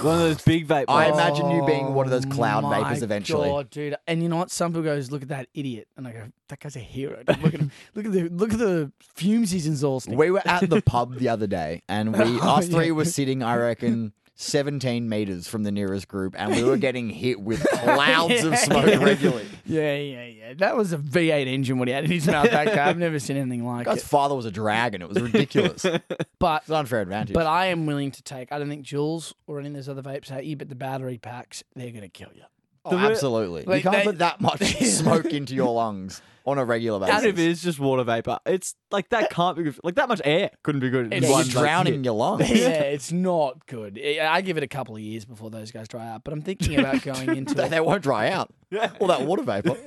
Speaker 1: One of those big vape.
Speaker 3: I
Speaker 1: ones.
Speaker 3: imagine you being one of those cloud
Speaker 2: Oh my
Speaker 3: vapors eventually.
Speaker 2: God, dude. And you know what? Some people goes, "Look at that idiot," and I go, "That guy's a hero." dude. Look at him. Look at the look at the fumes he's exhausting.
Speaker 3: We were at the pub the other day, and we
Speaker 2: Oh,
Speaker 3: us three
Speaker 2: yeah.
Speaker 3: were sitting, I reckon, 17 meters from the nearest group, and we were getting hit with clouds of smoke regularly.
Speaker 2: Yeah, yeah, yeah. That was a V8 engine what he had in his mouth back there. I've never seen anything like
Speaker 3: Guy's
Speaker 2: it.
Speaker 3: father was a dragon. It was ridiculous. it's
Speaker 2: But
Speaker 3: an unfair advantage.
Speaker 2: but uh, I am willing to take. I don't think Jules or any of those other vapes hurt you, but the battery packs they're gonna kill you.
Speaker 3: Oh,
Speaker 1: The re-
Speaker 3: absolutely.
Speaker 2: Like,
Speaker 3: you can't
Speaker 2: they-
Speaker 3: put that much smoke into your lungs on a regular
Speaker 1: And if
Speaker 3: basis.
Speaker 1: it is just water vapor, it's like that can't be good. For, like that much air couldn't be good. in
Speaker 2: It's
Speaker 3: Yeah,
Speaker 1: one
Speaker 3: you're
Speaker 1: vape.
Speaker 3: drowning in your lungs.
Speaker 2: yeah, it's not good. I I give it a couple of years before those guys dry out. But I'm thinking about going into
Speaker 3: they,
Speaker 2: it.
Speaker 3: they won't dry out. All that water vapor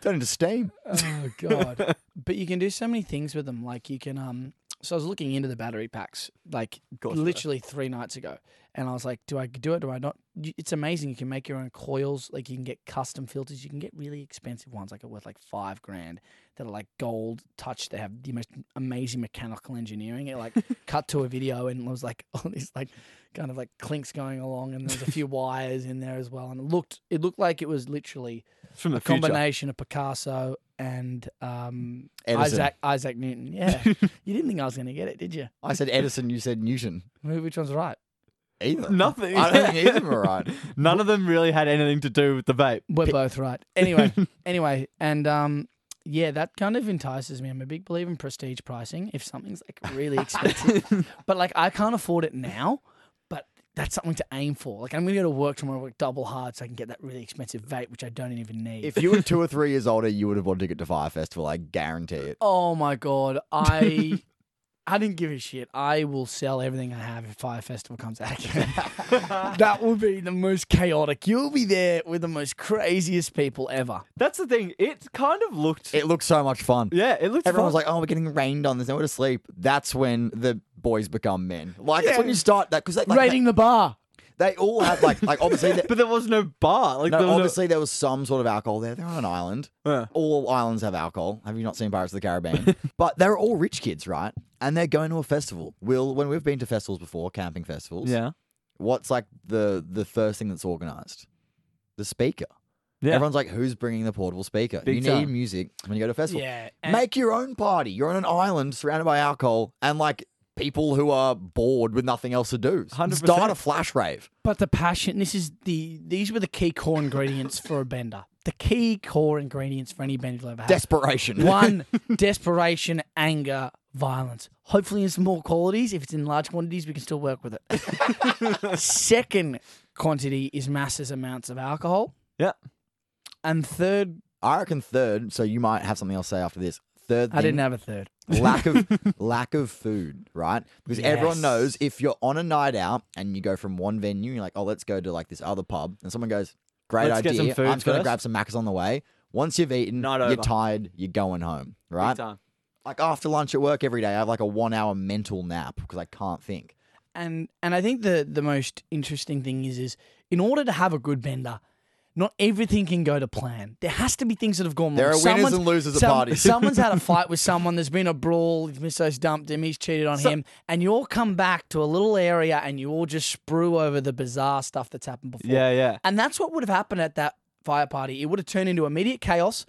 Speaker 3: turned into steam.
Speaker 2: Oh god! but you can do so many things with them. Like you can um. So I was looking into the battery packs, like
Speaker 1: course you were.
Speaker 2: literally three nights ago, and I was like, "Do I do it? Do I not?" Y- It's amazing. You can make your own coils. Like you can get custom filters. You can get really expensive ones, like are worth like five grand, that are like gold touch. They have the most amazing mechanical engineering. It like cut to a video, and it was like all these like kind of like clinks going along, and there's a few wires in there as well. And it looked it looked like it was literally
Speaker 1: It's from the
Speaker 2: a
Speaker 1: future.
Speaker 2: combination of Picasso and um,
Speaker 3: Edison.
Speaker 2: Isaac Isaac Newton. Yeah, you didn't think I was going to get it, did you?
Speaker 3: I said Edison, you said Newton.
Speaker 2: Wh- Which one's right?
Speaker 3: Either.
Speaker 1: Nothing.
Speaker 3: I don't think either of them are right.
Speaker 1: None of them really had anything to do with the vape.
Speaker 2: We're
Speaker 3: Pi-
Speaker 2: both right. Anyway, anyway, and um, yeah, that kind of entices me. I'm a big believer in prestige pricing. If something's like really expensive, but like I can't afford it now, but that's something to aim for. Like I'm going to go to work tomorrow, work double hard, so I can get that really expensive vape, which I don't even need.
Speaker 3: If you were two or three years older, you would have wanted to get to Fire Festival. I guarantee it.
Speaker 2: Oh my god, I I didn't give a shit. I will sell everything I have if Fire Festival comes out again. that will be the most chaotic. You'll be there with the most craziest people ever.
Speaker 1: That's the thing. It kind of looked.
Speaker 3: It looked so much fun.
Speaker 1: yeah, it looked.
Speaker 3: Everyone was
Speaker 1: fun.
Speaker 3: like, "Oh, we're getting rained on. There's nowhere to sleep." That's when the boys become men. Like it's when you start that because like,
Speaker 2: Rating the bar.
Speaker 3: they, they all have like like obviously the-
Speaker 1: But there was no bar. Like
Speaker 3: no,
Speaker 1: there was
Speaker 3: obviously there was some sort of alcohol there. They're on an island.
Speaker 1: Yeah.
Speaker 3: All islands have alcohol. Have you not seen Pirates of the Caribbean? but they're all rich kids, right? And they're going to a festival. Will when we've been to festivals before, camping festivals.
Speaker 1: No, yeah.
Speaker 3: What's like the the first thing that's organized? The speaker.
Speaker 1: Yeah.
Speaker 3: Everyone's like, who's bringing the portable speaker?
Speaker 1: Big
Speaker 3: you need
Speaker 1: time.
Speaker 3: music when you go to a festival.
Speaker 2: Yeah.
Speaker 3: Make your own party. You're on an island surrounded by alcohol and like people who are bored with nothing else to do.
Speaker 1: 100%.
Speaker 3: Start a flash rave.
Speaker 2: But the passion, this is the these were the key core ingredients for a bender. The key core ingredients for any bender you'll ever have.
Speaker 3: Desperation.
Speaker 2: One, desperation, anger, violence. Hopefully in small qualities. If it's in large quantities, we can still work with it. Second quantity is masses amounts of alcohol.
Speaker 1: Yeah.
Speaker 2: And third,
Speaker 3: I reckon third, so you might have something else to say after this. Third thing,
Speaker 2: I didn't have a third.
Speaker 3: lack of lack of food, right? Because everyone
Speaker 2: Yes.
Speaker 3: knows if you're on a night out and you go from one venue, you're like, oh, let's go to like this other pub, and someone goes, great
Speaker 1: Let's
Speaker 3: idea,
Speaker 1: get some food
Speaker 3: I'm just gonna
Speaker 1: first."
Speaker 3: grab some macas on the way. Once you've eaten,
Speaker 1: Night
Speaker 3: you're
Speaker 1: over.
Speaker 3: tired, you're going home,
Speaker 1: Big
Speaker 3: right?
Speaker 1: time.
Speaker 3: Like after lunch at work every day, I have like a one hour mental nap because I can't think.
Speaker 2: and and I think the the most interesting thing is is in order to have a good bender, not everything can go to plan. There has to be things that have gone wrong.
Speaker 1: Mm.
Speaker 3: There are winners and losers at parties.
Speaker 2: Someone's had a fight with someone. There's been a brawl. Misso's dumped him. He's cheated on him. And you all come back to a little area and you all just sprue over the bizarre stuff that's happened before.
Speaker 1: Yeah, yeah.
Speaker 2: And that's what would have happened at that fire party. It would have turned into immediate chaos,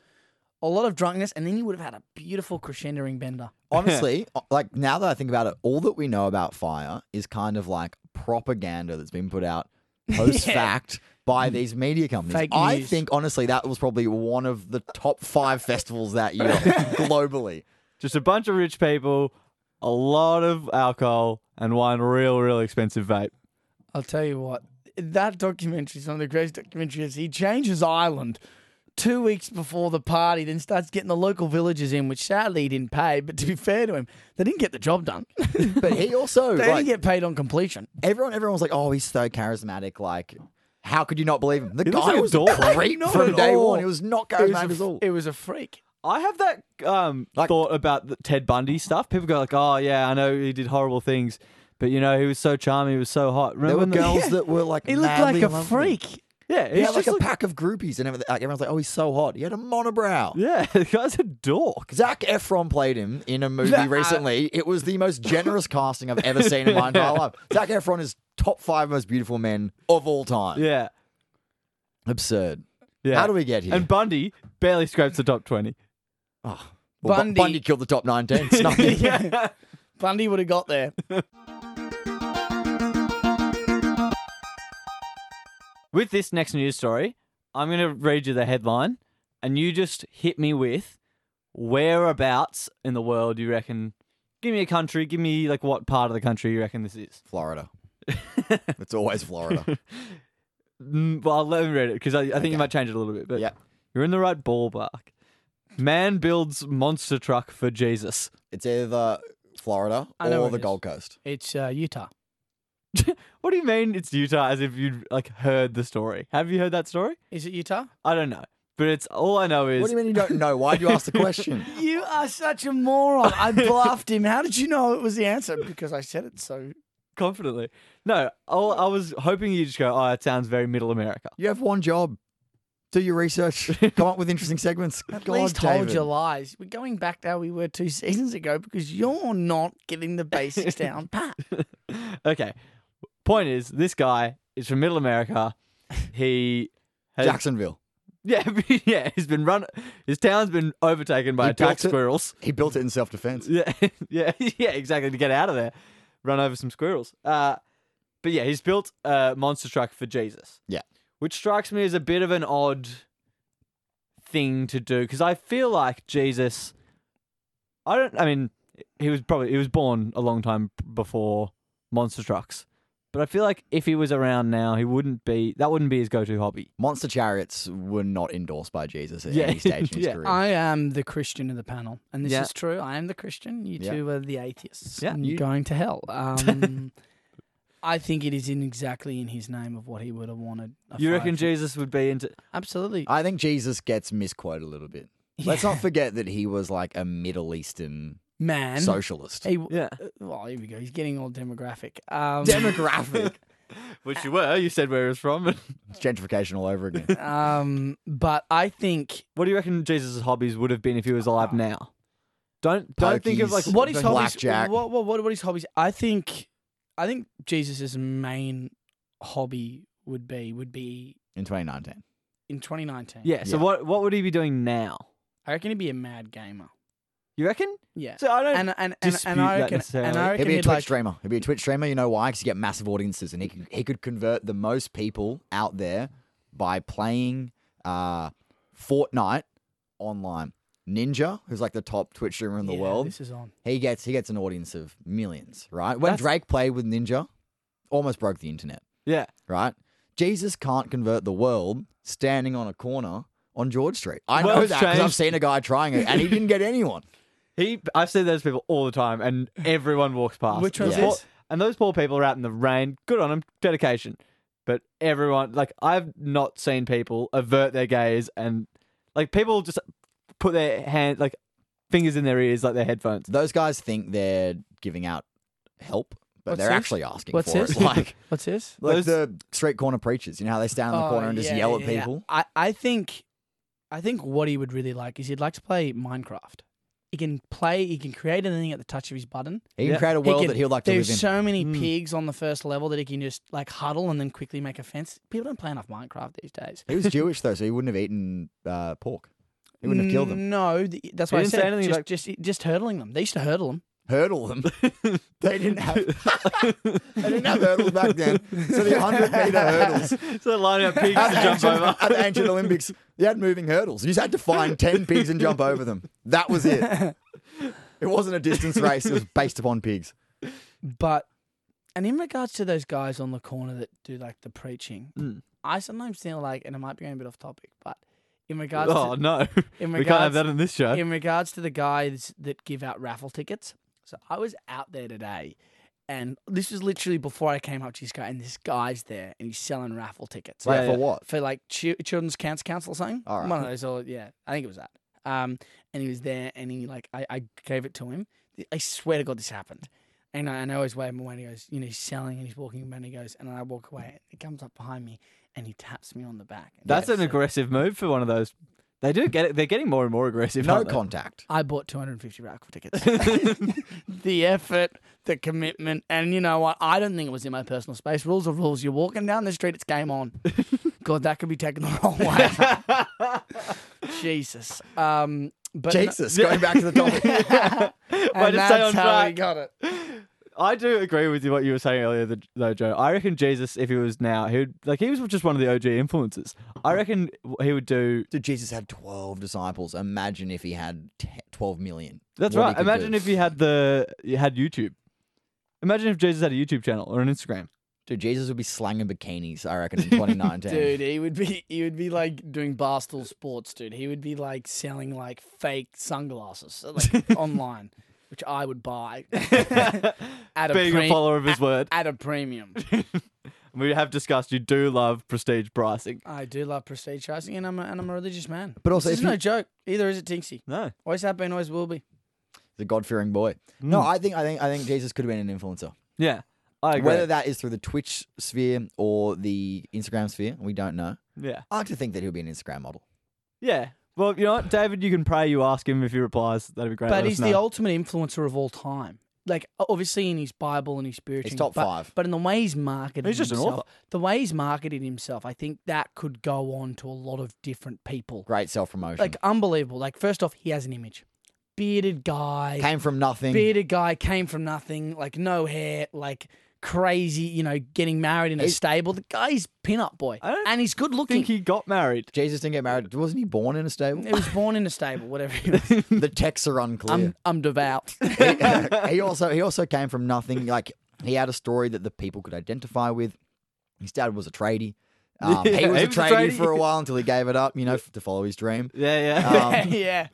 Speaker 2: a lot of drunkenness, and then you would have had a beautiful crescendoing bender.
Speaker 3: Honestly, o- like now that I think about it, all that we know about fire is kind of like propaganda that's been put out post fact by these media companies.
Speaker 2: Mm. Fake
Speaker 3: I
Speaker 2: news.
Speaker 3: think honestly that was probably one of the top five festivals that year globally.
Speaker 1: Just a bunch of rich people, a lot of alcohol, and one real, real expensive vape.
Speaker 2: I'll tell you what, that documentary is one of the greatest documentaries. He changes Ireland two weeks before the party, then starts getting the local villagers in, which sadly he didn't pay. But to be fair to him, they didn't get the job done. they
Speaker 3: But he also
Speaker 2: didn't
Speaker 3: like,
Speaker 2: get paid on completion.
Speaker 3: everyone everyone was like, Oh, he's so charismatic, like how could you not believe him? The
Speaker 1: looks
Speaker 3: guy
Speaker 1: like a
Speaker 3: was
Speaker 1: dork.
Speaker 3: a creep
Speaker 2: Not
Speaker 3: from
Speaker 2: at
Speaker 3: day
Speaker 2: all.
Speaker 3: one. He was not
Speaker 2: It was,
Speaker 3: charismatic at
Speaker 2: a,
Speaker 3: all.
Speaker 2: it was a freak.
Speaker 1: I have that um,
Speaker 3: Like-
Speaker 1: thought about the Ted Bundy stuff. People go like, "Oh yeah, I know he did horrible things, but you know he was so charming, he was so hot." Remember
Speaker 3: There were
Speaker 1: when the-
Speaker 3: girls
Speaker 1: Yeah.
Speaker 3: that were like
Speaker 2: He looked
Speaker 3: madly
Speaker 2: like a
Speaker 3: in love with him.
Speaker 2: freak.
Speaker 1: yeah, he's
Speaker 3: He had
Speaker 1: just
Speaker 3: like a pack of groupies and everything. Like, everyone's like, oh, he's so hot. He had a monobrow.
Speaker 1: yeah, the guy's a dork.
Speaker 3: Zach Efron played him in a movie
Speaker 2: That- uh,
Speaker 3: recently. It was the most generous casting I've ever seen in my entire life. Zach Efron is top five most beautiful men of all time.
Speaker 1: Yeah,
Speaker 3: Absurd.
Speaker 1: yeah.
Speaker 3: How do we get here?
Speaker 1: And Bundy barely scrapes the top twenty.
Speaker 3: Well, Bu-
Speaker 2: Bundy-
Speaker 3: Bundy killed the top 19. Snuck in.
Speaker 1: yeah,
Speaker 2: Bundy would have got there.
Speaker 1: With this next news story, I'm going to read you the headline, and you just hit me with whereabouts in the world you reckon. Give me a country. Give me like what part of the country you reckon this is.
Speaker 3: Florida. It's always Florida.
Speaker 1: Mm, well, let me read it because I, I think you might change it a little bit. But
Speaker 3: Yeah.
Speaker 1: you're in the right ballpark. Man builds monster truck for Jesus.
Speaker 3: It's either Florida
Speaker 2: I know
Speaker 3: or
Speaker 2: where
Speaker 3: the
Speaker 2: it is.
Speaker 3: Gold Coast.
Speaker 2: It's uh, Utah.
Speaker 1: What do you mean it's Utah? As if you like heard the story. Have you heard that story?
Speaker 2: Is it Utah?
Speaker 1: I don't know, but it's all I know is
Speaker 3: What do you mean you don't know? Why'd you ask the question?
Speaker 2: You are such a moron. I bluffed him. How did you know it was the answer? Because I said it so.
Speaker 1: confidently. No, all, I was hoping you just go. Oh, it sounds very Middle America.
Speaker 3: You have one job. Do your research. Come up with interesting segments. At
Speaker 2: Please hold your lies. We're going back to how we were two seasons ago because you're not getting the basics down pat.
Speaker 1: Okay. Point is, this guy is from Middle America. He has
Speaker 3: Jacksonville.
Speaker 1: yeah yeah. He's been run. His town's been overtaken by
Speaker 3: He
Speaker 1: attack
Speaker 3: built it-
Speaker 1: squirrels.
Speaker 3: He built it in self-defense.
Speaker 1: Yeah, yeah, yeah, exactly. To get out of there, run over some squirrels. Uh, but yeah, he's built a monster truck for Jesus.
Speaker 3: Yeah.
Speaker 1: which strikes me as a bit of an odd thing to do because I feel like Jesus. I don't. I mean, he was probably he was born a long time before monster trucks, but I feel like if he was around now, he wouldn't be. That wouldn't be his go-to hobby.
Speaker 3: Monster chariots were not endorsed by Jesus at
Speaker 1: Yeah.
Speaker 3: any stage in his
Speaker 1: Yeah.
Speaker 3: career.
Speaker 2: I am the Christian of the panel, and this
Speaker 1: Yeah.
Speaker 2: is true. I am the Christian. You
Speaker 3: Yeah.
Speaker 2: two are the atheists.
Speaker 1: Yeah,
Speaker 2: and
Speaker 1: you-
Speaker 2: going to hell. Um, I think it is in exactly in his name of what he would have wanted. a
Speaker 1: You reckon
Speaker 2: fire-
Speaker 1: Jesus would be into?
Speaker 2: Absolutely.
Speaker 3: I think Jesus gets misquoted a little bit. Let's not forget that he was like a Middle Eastern
Speaker 2: man.
Speaker 3: Socialist.
Speaker 2: He,
Speaker 1: Yeah.
Speaker 2: well, here we go. He's getting all demographic. Um,
Speaker 3: Demographic.
Speaker 1: Which you were. You said where it was from.
Speaker 3: it's gentrification all over again.
Speaker 2: um, but I think
Speaker 1: what do you reckon Jesus' hobbies would have been if he was alive now? Don't don't think of like
Speaker 3: Pokies.
Speaker 2: what his
Speaker 3: Like
Speaker 2: hobbies.
Speaker 3: blackjack.
Speaker 2: What, what what what his hobbies? I think, I think Jesus's main hobby would be would be
Speaker 3: In 2019.
Speaker 2: in 2019.
Speaker 1: yeah. So
Speaker 3: Yeah.
Speaker 1: what what would he be doing now?
Speaker 2: I reckon he'd be a mad gamer.
Speaker 1: You reckon?
Speaker 2: Yeah.
Speaker 1: So I don't.
Speaker 2: and uh, and and,
Speaker 1: dispute
Speaker 2: and I
Speaker 1: that
Speaker 2: reckon and
Speaker 1: necessarily.
Speaker 2: I
Speaker 3: He'd
Speaker 2: reckon
Speaker 3: be a
Speaker 2: he'd
Speaker 3: Twitch
Speaker 2: like
Speaker 3: streamer. He'd be a Twitch streamer. You know why? Because he get massive audiences, and he could, he could convert the most people out there by playing uh, Fortnite online. Ninja, who's like the top Twitch streamer in the
Speaker 2: Yeah,
Speaker 3: world,
Speaker 2: This is on.
Speaker 3: he gets he gets an audience of millions. Right? When
Speaker 1: That's-
Speaker 3: Drake played with Ninja, almost broke the internet.
Speaker 1: yeah.
Speaker 3: Right? Jesus can't convert the world standing on a corner on George Street. I know
Speaker 1: World's
Speaker 3: that because I've
Speaker 1: changed.
Speaker 3: seen a guy trying it, and he didn't get anyone.
Speaker 1: He, I've seen those people all the time, and everyone walks past.
Speaker 2: Which
Speaker 1: And
Speaker 2: one's
Speaker 1: the poor-
Speaker 2: this?
Speaker 1: And those poor people are out in the rain. Good on them, dedication. But everyone, like, I've not seen people avert their gaze and, like, people just put their hand, like, fingers in their ears, like their headphones.
Speaker 3: Those guys think they're giving out help, but
Speaker 2: What's
Speaker 3: they're
Speaker 2: this?
Speaker 3: actually asking
Speaker 2: What's
Speaker 3: for
Speaker 2: this?
Speaker 3: it. Like,
Speaker 2: What's this?
Speaker 3: like
Speaker 1: Those-
Speaker 3: the street corner preachers. You know how they stand on the
Speaker 2: Oh,
Speaker 3: corner and just
Speaker 2: yeah,
Speaker 3: yell at
Speaker 2: yeah, yeah.
Speaker 3: people.
Speaker 2: I, I think I think what he would really like is he'd like to play Minecraft. He can play. He can create anything at the touch of his button.
Speaker 3: He can
Speaker 1: Yeah.
Speaker 3: create a
Speaker 2: He
Speaker 3: world
Speaker 2: can-
Speaker 3: that he'd like to live
Speaker 2: There's
Speaker 3: in.
Speaker 2: so many
Speaker 1: Mm.
Speaker 2: pigs on the first level that he can just like huddle and then quickly make a fence. People don't play enough Minecraft these days.
Speaker 3: he was Jewish though, so he wouldn't have eaten uh, pork. He wouldn't have killed
Speaker 2: Mm.
Speaker 3: them.
Speaker 2: No, th- that's
Speaker 1: He
Speaker 2: why I
Speaker 1: didn't say
Speaker 2: said
Speaker 1: anything
Speaker 2: just,
Speaker 1: about-
Speaker 2: just just hurdling them. They used to hurdle them.
Speaker 3: Hurdle them. they didn't have. they didn't have hurdles back then. So the hundred meter hurdles.
Speaker 1: so lining up pigs
Speaker 3: At
Speaker 1: to
Speaker 3: the,
Speaker 1: jump
Speaker 3: ancient,
Speaker 1: over.
Speaker 3: at the ancient Olympics, they had moving hurdles. You just had to find ten pigs and jump over them. That was it. It wasn't a distance race. It was based upon pigs.
Speaker 2: But and in regards to those guys on the corner that do like the preaching,
Speaker 1: Mm.
Speaker 2: I sometimes feel like, and I might be going a bit off topic, but in regards
Speaker 1: Oh,
Speaker 2: to,
Speaker 1: no.
Speaker 2: in
Speaker 1: We can't have
Speaker 2: regards
Speaker 1: that in this show.
Speaker 2: in regards to the guys that give out raffle tickets. So I was out there today, and this was literally before I came up to this guy, and this guy's there, and he's selling raffle tickets
Speaker 1: Yeah,
Speaker 3: Wait, for
Speaker 1: yeah.
Speaker 3: what?
Speaker 2: for like chi- children's cancer council or something.
Speaker 3: All right.
Speaker 2: One of those. Or yeah, I think it was that. Um, and he was there, and he like I, I gave it to him. I swear to God, this happened. And I, and I always wave him away. And he goes, you know, he's selling, and he's walking, around, and he goes, and I walk away. And he comes up behind me, and he taps me on the back. And
Speaker 1: That's
Speaker 2: he
Speaker 1: an
Speaker 2: said,
Speaker 1: aggressive move for one of those. They do get it. They're getting more and more aggressive.
Speaker 3: No
Speaker 1: aren't they?
Speaker 3: contact.
Speaker 2: I bought 250 raffle tickets. the effort, the commitment, and you know what? I don't think it was in my personal space. Rules are rules. You're walking down the street, it's game on. God, that could be taken the wrong way. Jesus. Um, but no-
Speaker 3: Jesus, going back to the topic.
Speaker 2: and
Speaker 1: just stay
Speaker 2: that's
Speaker 1: on
Speaker 2: how we
Speaker 1: track.
Speaker 2: got it.
Speaker 1: I do agree with you what you were saying earlier, th- though, Joe. I reckon Jesus, if he was now, he would like he was just one of the OG influencers. I reckon he would do.
Speaker 3: Dude, Jesus had 12 disciples. Imagine if he had te- 12 million.
Speaker 1: That's right. Imagine if he had the you had YouTube. Imagine if Jesus had a YouTube channel or an Instagram.
Speaker 3: Dude, Jesus would be slanging bikinis, I reckon, in 2019.
Speaker 2: Dude, he would be he would be like doing barstool sports, dude. He would be like selling like fake sunglasses uh, like, online, which I would buy at a
Speaker 1: Being
Speaker 2: pre-
Speaker 1: a follower of his word,
Speaker 2: at a premium.
Speaker 1: we have discussed you do love prestige pricing.
Speaker 2: I do love prestige pricing, and I'm a, and I'm a religious man.
Speaker 3: But also,
Speaker 2: this is
Speaker 3: if you-
Speaker 2: no joke. Either is it Tinksy.
Speaker 1: No,
Speaker 2: Always have been, always will be.
Speaker 3: He's a God fearing boy. No,
Speaker 1: Hmm.
Speaker 3: I think, I think I think Jesus could have been an influencer.
Speaker 1: yeah, I agree.
Speaker 3: Whether that is through the Twitch sphere or the Instagram sphere, we don't know.
Speaker 1: yeah,
Speaker 3: I like to think that he'll be an Instagram model.
Speaker 1: yeah. Well, you know what, David, you can pray. You ask him if he replies. That'd be great.
Speaker 2: but
Speaker 1: Let
Speaker 2: he's
Speaker 1: us know.
Speaker 2: the ultimate influencer of all time. Like o- obviously in his Bible and his spiritual,
Speaker 3: He's top
Speaker 2: but,
Speaker 3: five.
Speaker 2: But in the way he's marketed,
Speaker 1: He's just an
Speaker 2: himself,
Speaker 1: author.
Speaker 2: The way he's marketed himself, I think that could go on to a lot of different people.
Speaker 3: Great self promotion.
Speaker 2: Like unbelievable. Like first off, he has an image, bearded guy,
Speaker 3: Came from nothing.
Speaker 2: bearded guy came from nothing, like no hair, like crazy. You know, getting married in a
Speaker 3: He's-
Speaker 2: stable. The guy's pin-up boy,
Speaker 1: I don't
Speaker 2: and he's good
Speaker 1: I
Speaker 2: looking.
Speaker 1: think he got married.
Speaker 3: Jesus didn't get married. Wasn't he born in a stable?
Speaker 2: It was born in a stable, whatever. He was.
Speaker 3: the texts are unclear.
Speaker 2: I'm I'm devout.
Speaker 3: he also he also came from nothing. Like he had a story that the people could identify with. His dad was a tradie. Um, he
Speaker 1: Yeah,
Speaker 3: was
Speaker 1: he
Speaker 3: a
Speaker 1: was a
Speaker 3: tradie
Speaker 1: tradie.
Speaker 3: for a while until he gave it up, you know, f- to follow his dream.
Speaker 1: Yeah, yeah.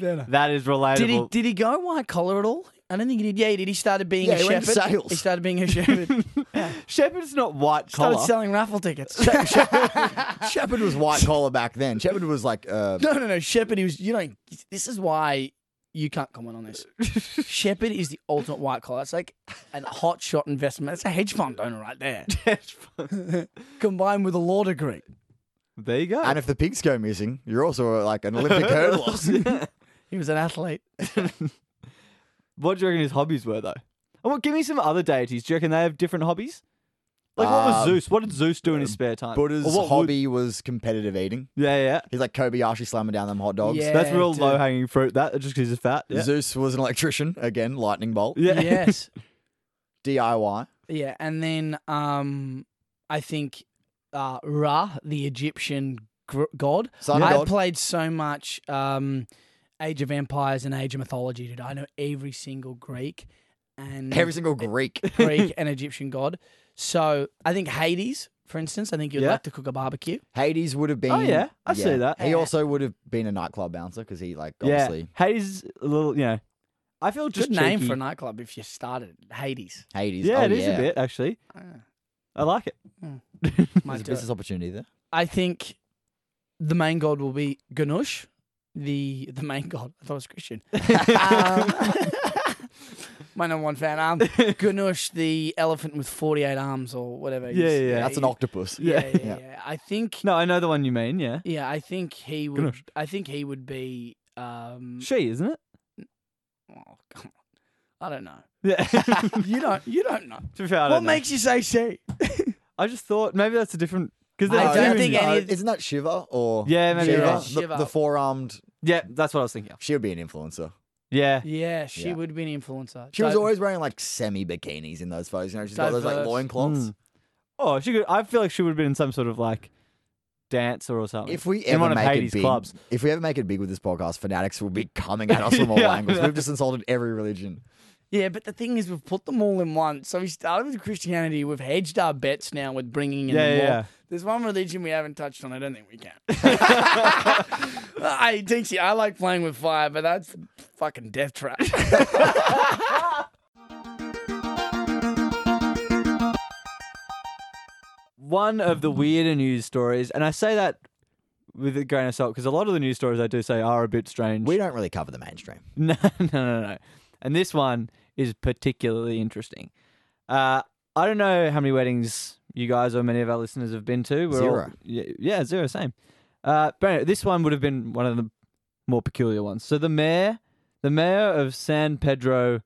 Speaker 3: Um,
Speaker 2: yeah.
Speaker 1: that is relatable.
Speaker 2: Did he did he go white collar at all? I don't think he did. Yeah, he did. He started being
Speaker 3: Yeah,
Speaker 2: a
Speaker 3: he went
Speaker 2: shepherd.
Speaker 3: to sales.
Speaker 2: He started being a shepherd.
Speaker 1: Shepherd's not white collar.
Speaker 2: started selling raffle tickets.
Speaker 3: Shepherd was white collar back then. Shepherd was like, uh,
Speaker 2: no, no, no. Shepherd. He was. You know. This is why you can't comment on this. Shepherd is the ultimate white collar. It's like an hot shot investment. It's a hedge fund owner right there, combined with a law degree.
Speaker 1: there you go.
Speaker 3: And if the pigs go missing, you're also like an Olympic hurdler.
Speaker 2: He was an athlete.
Speaker 1: What do you reckon his hobbies were though? And what? Give me some other deities. Do you reckon they have different hobbies? Like what was
Speaker 3: Um,
Speaker 1: Zeus? What did Zeus do in his spare time? Or
Speaker 3: Buddha's
Speaker 1: what would-
Speaker 3: hobby was competitive eating.
Speaker 1: yeah, yeah.
Speaker 3: He's like Kobayashi slamming down them hot dogs.
Speaker 2: Yeah.
Speaker 1: That's real
Speaker 2: dude.
Speaker 1: low hanging fruit. That just because he's fat. Yeah.
Speaker 3: Zeus was an electrician again, lightning bolt,
Speaker 1: yeah.
Speaker 2: Yes.
Speaker 3: DIY.
Speaker 2: Yeah, and then um, I think uh, Ra, the Egyptian gr- god.
Speaker 3: Sun
Speaker 2: I
Speaker 3: god.
Speaker 2: played so much um, Age of Empires and Age of Mythology, dude. I know every single Greek and
Speaker 3: Every single Greek.
Speaker 2: Greek and Egyptian god. So I think Hades, for instance, I think you'd
Speaker 1: Yeah.
Speaker 2: like to cook a barbecue.
Speaker 3: Hades would have been.
Speaker 1: Oh yeah, I see that.
Speaker 3: He also would have been a nightclub bouncer because he like obviously
Speaker 1: Yeah, Hayes a little. You know, I feel just
Speaker 2: Good name
Speaker 1: cheeky.
Speaker 2: for a nightclub if you started it. Hades.
Speaker 3: Hades.
Speaker 1: Yeah,
Speaker 3: oh,
Speaker 1: it is
Speaker 3: yeah.
Speaker 1: a bit actually.
Speaker 2: Ah.
Speaker 1: I like it.
Speaker 3: There's
Speaker 2: Might
Speaker 3: a
Speaker 2: do it.
Speaker 3: business opportunity there.
Speaker 2: I think the main god will be Ganush, the the main god. I thought it was Christian. um, my number one fan. Um, Ganush, the elephant with forty eight arms or whatever. he's-
Speaker 1: Yeah, yeah, yeah.
Speaker 3: That's an octopus.
Speaker 2: Yeah, yeah,
Speaker 3: Yeah.
Speaker 2: yeah. I think.
Speaker 1: No, I know the one you mean. Yeah,
Speaker 2: Yeah, I think he would.
Speaker 1: Ganush.
Speaker 2: I think he would be. Um,
Speaker 1: she isn't it?
Speaker 2: oh, come on. I don't know.
Speaker 1: Yeah. to
Speaker 2: You don't. You don't know.
Speaker 1: be fair, I
Speaker 2: what
Speaker 1: don't know.
Speaker 2: makes you say she?
Speaker 1: I just thought maybe that's a different because
Speaker 2: I
Speaker 3: Oh,
Speaker 2: don't
Speaker 3: yeah.
Speaker 2: think
Speaker 3: Uh,
Speaker 2: any-
Speaker 3: isn't that Shiva or
Speaker 1: Yeah, maybe
Speaker 3: Shiva,
Speaker 1: yeah.
Speaker 3: The-
Speaker 2: Shiva.
Speaker 3: the four-armed.
Speaker 1: yeah, that's what I was thinking. Of.
Speaker 3: She would be an influencer.
Speaker 1: Yeah,
Speaker 2: Yeah, she
Speaker 3: Yeah.
Speaker 2: would be an influencer.
Speaker 3: She was
Speaker 2: Don't-
Speaker 3: always wearing like semi bikinis in those photos. You know, she's got those like
Speaker 2: Diverse.
Speaker 3: loincloths.
Speaker 1: Mm. Oh, she could. I feel like she would have been in some sort of like dancer or something.
Speaker 3: If we
Speaker 1: in
Speaker 3: ever
Speaker 1: one of
Speaker 3: make
Speaker 1: Hades'
Speaker 3: it big,
Speaker 1: clubs,
Speaker 3: if we ever make it big with this podcast, fanatics will be coming at us from all
Speaker 1: Yeah, I
Speaker 3: angles.
Speaker 1: know.
Speaker 3: We've just insulted every religion.
Speaker 2: Yeah, but the thing is, we've put them all in one. So we started with Christianity. We've hedged our bets now with bringing in
Speaker 1: Yeah,
Speaker 2: more.
Speaker 1: yeah.
Speaker 2: There's one religion we haven't touched on. I don't think we can. I Dixie, I like playing with fire, but that's fucking death trap.
Speaker 1: one of the weirder news stories, and I say that with a grain of salt because a lot of the news stories I do say are a bit strange.
Speaker 3: We don't really cover the mainstream.
Speaker 1: No, no, no, no. And this one is particularly interesting. Uh, I don't know how many weddings you guys or many of our listeners have been to. all-
Speaker 3: Zero.
Speaker 1: yeah, yeah, zero, same. Uh, but anyway, this one would have been one of the more peculiar ones. So the mayor, the mayor of San Pedro,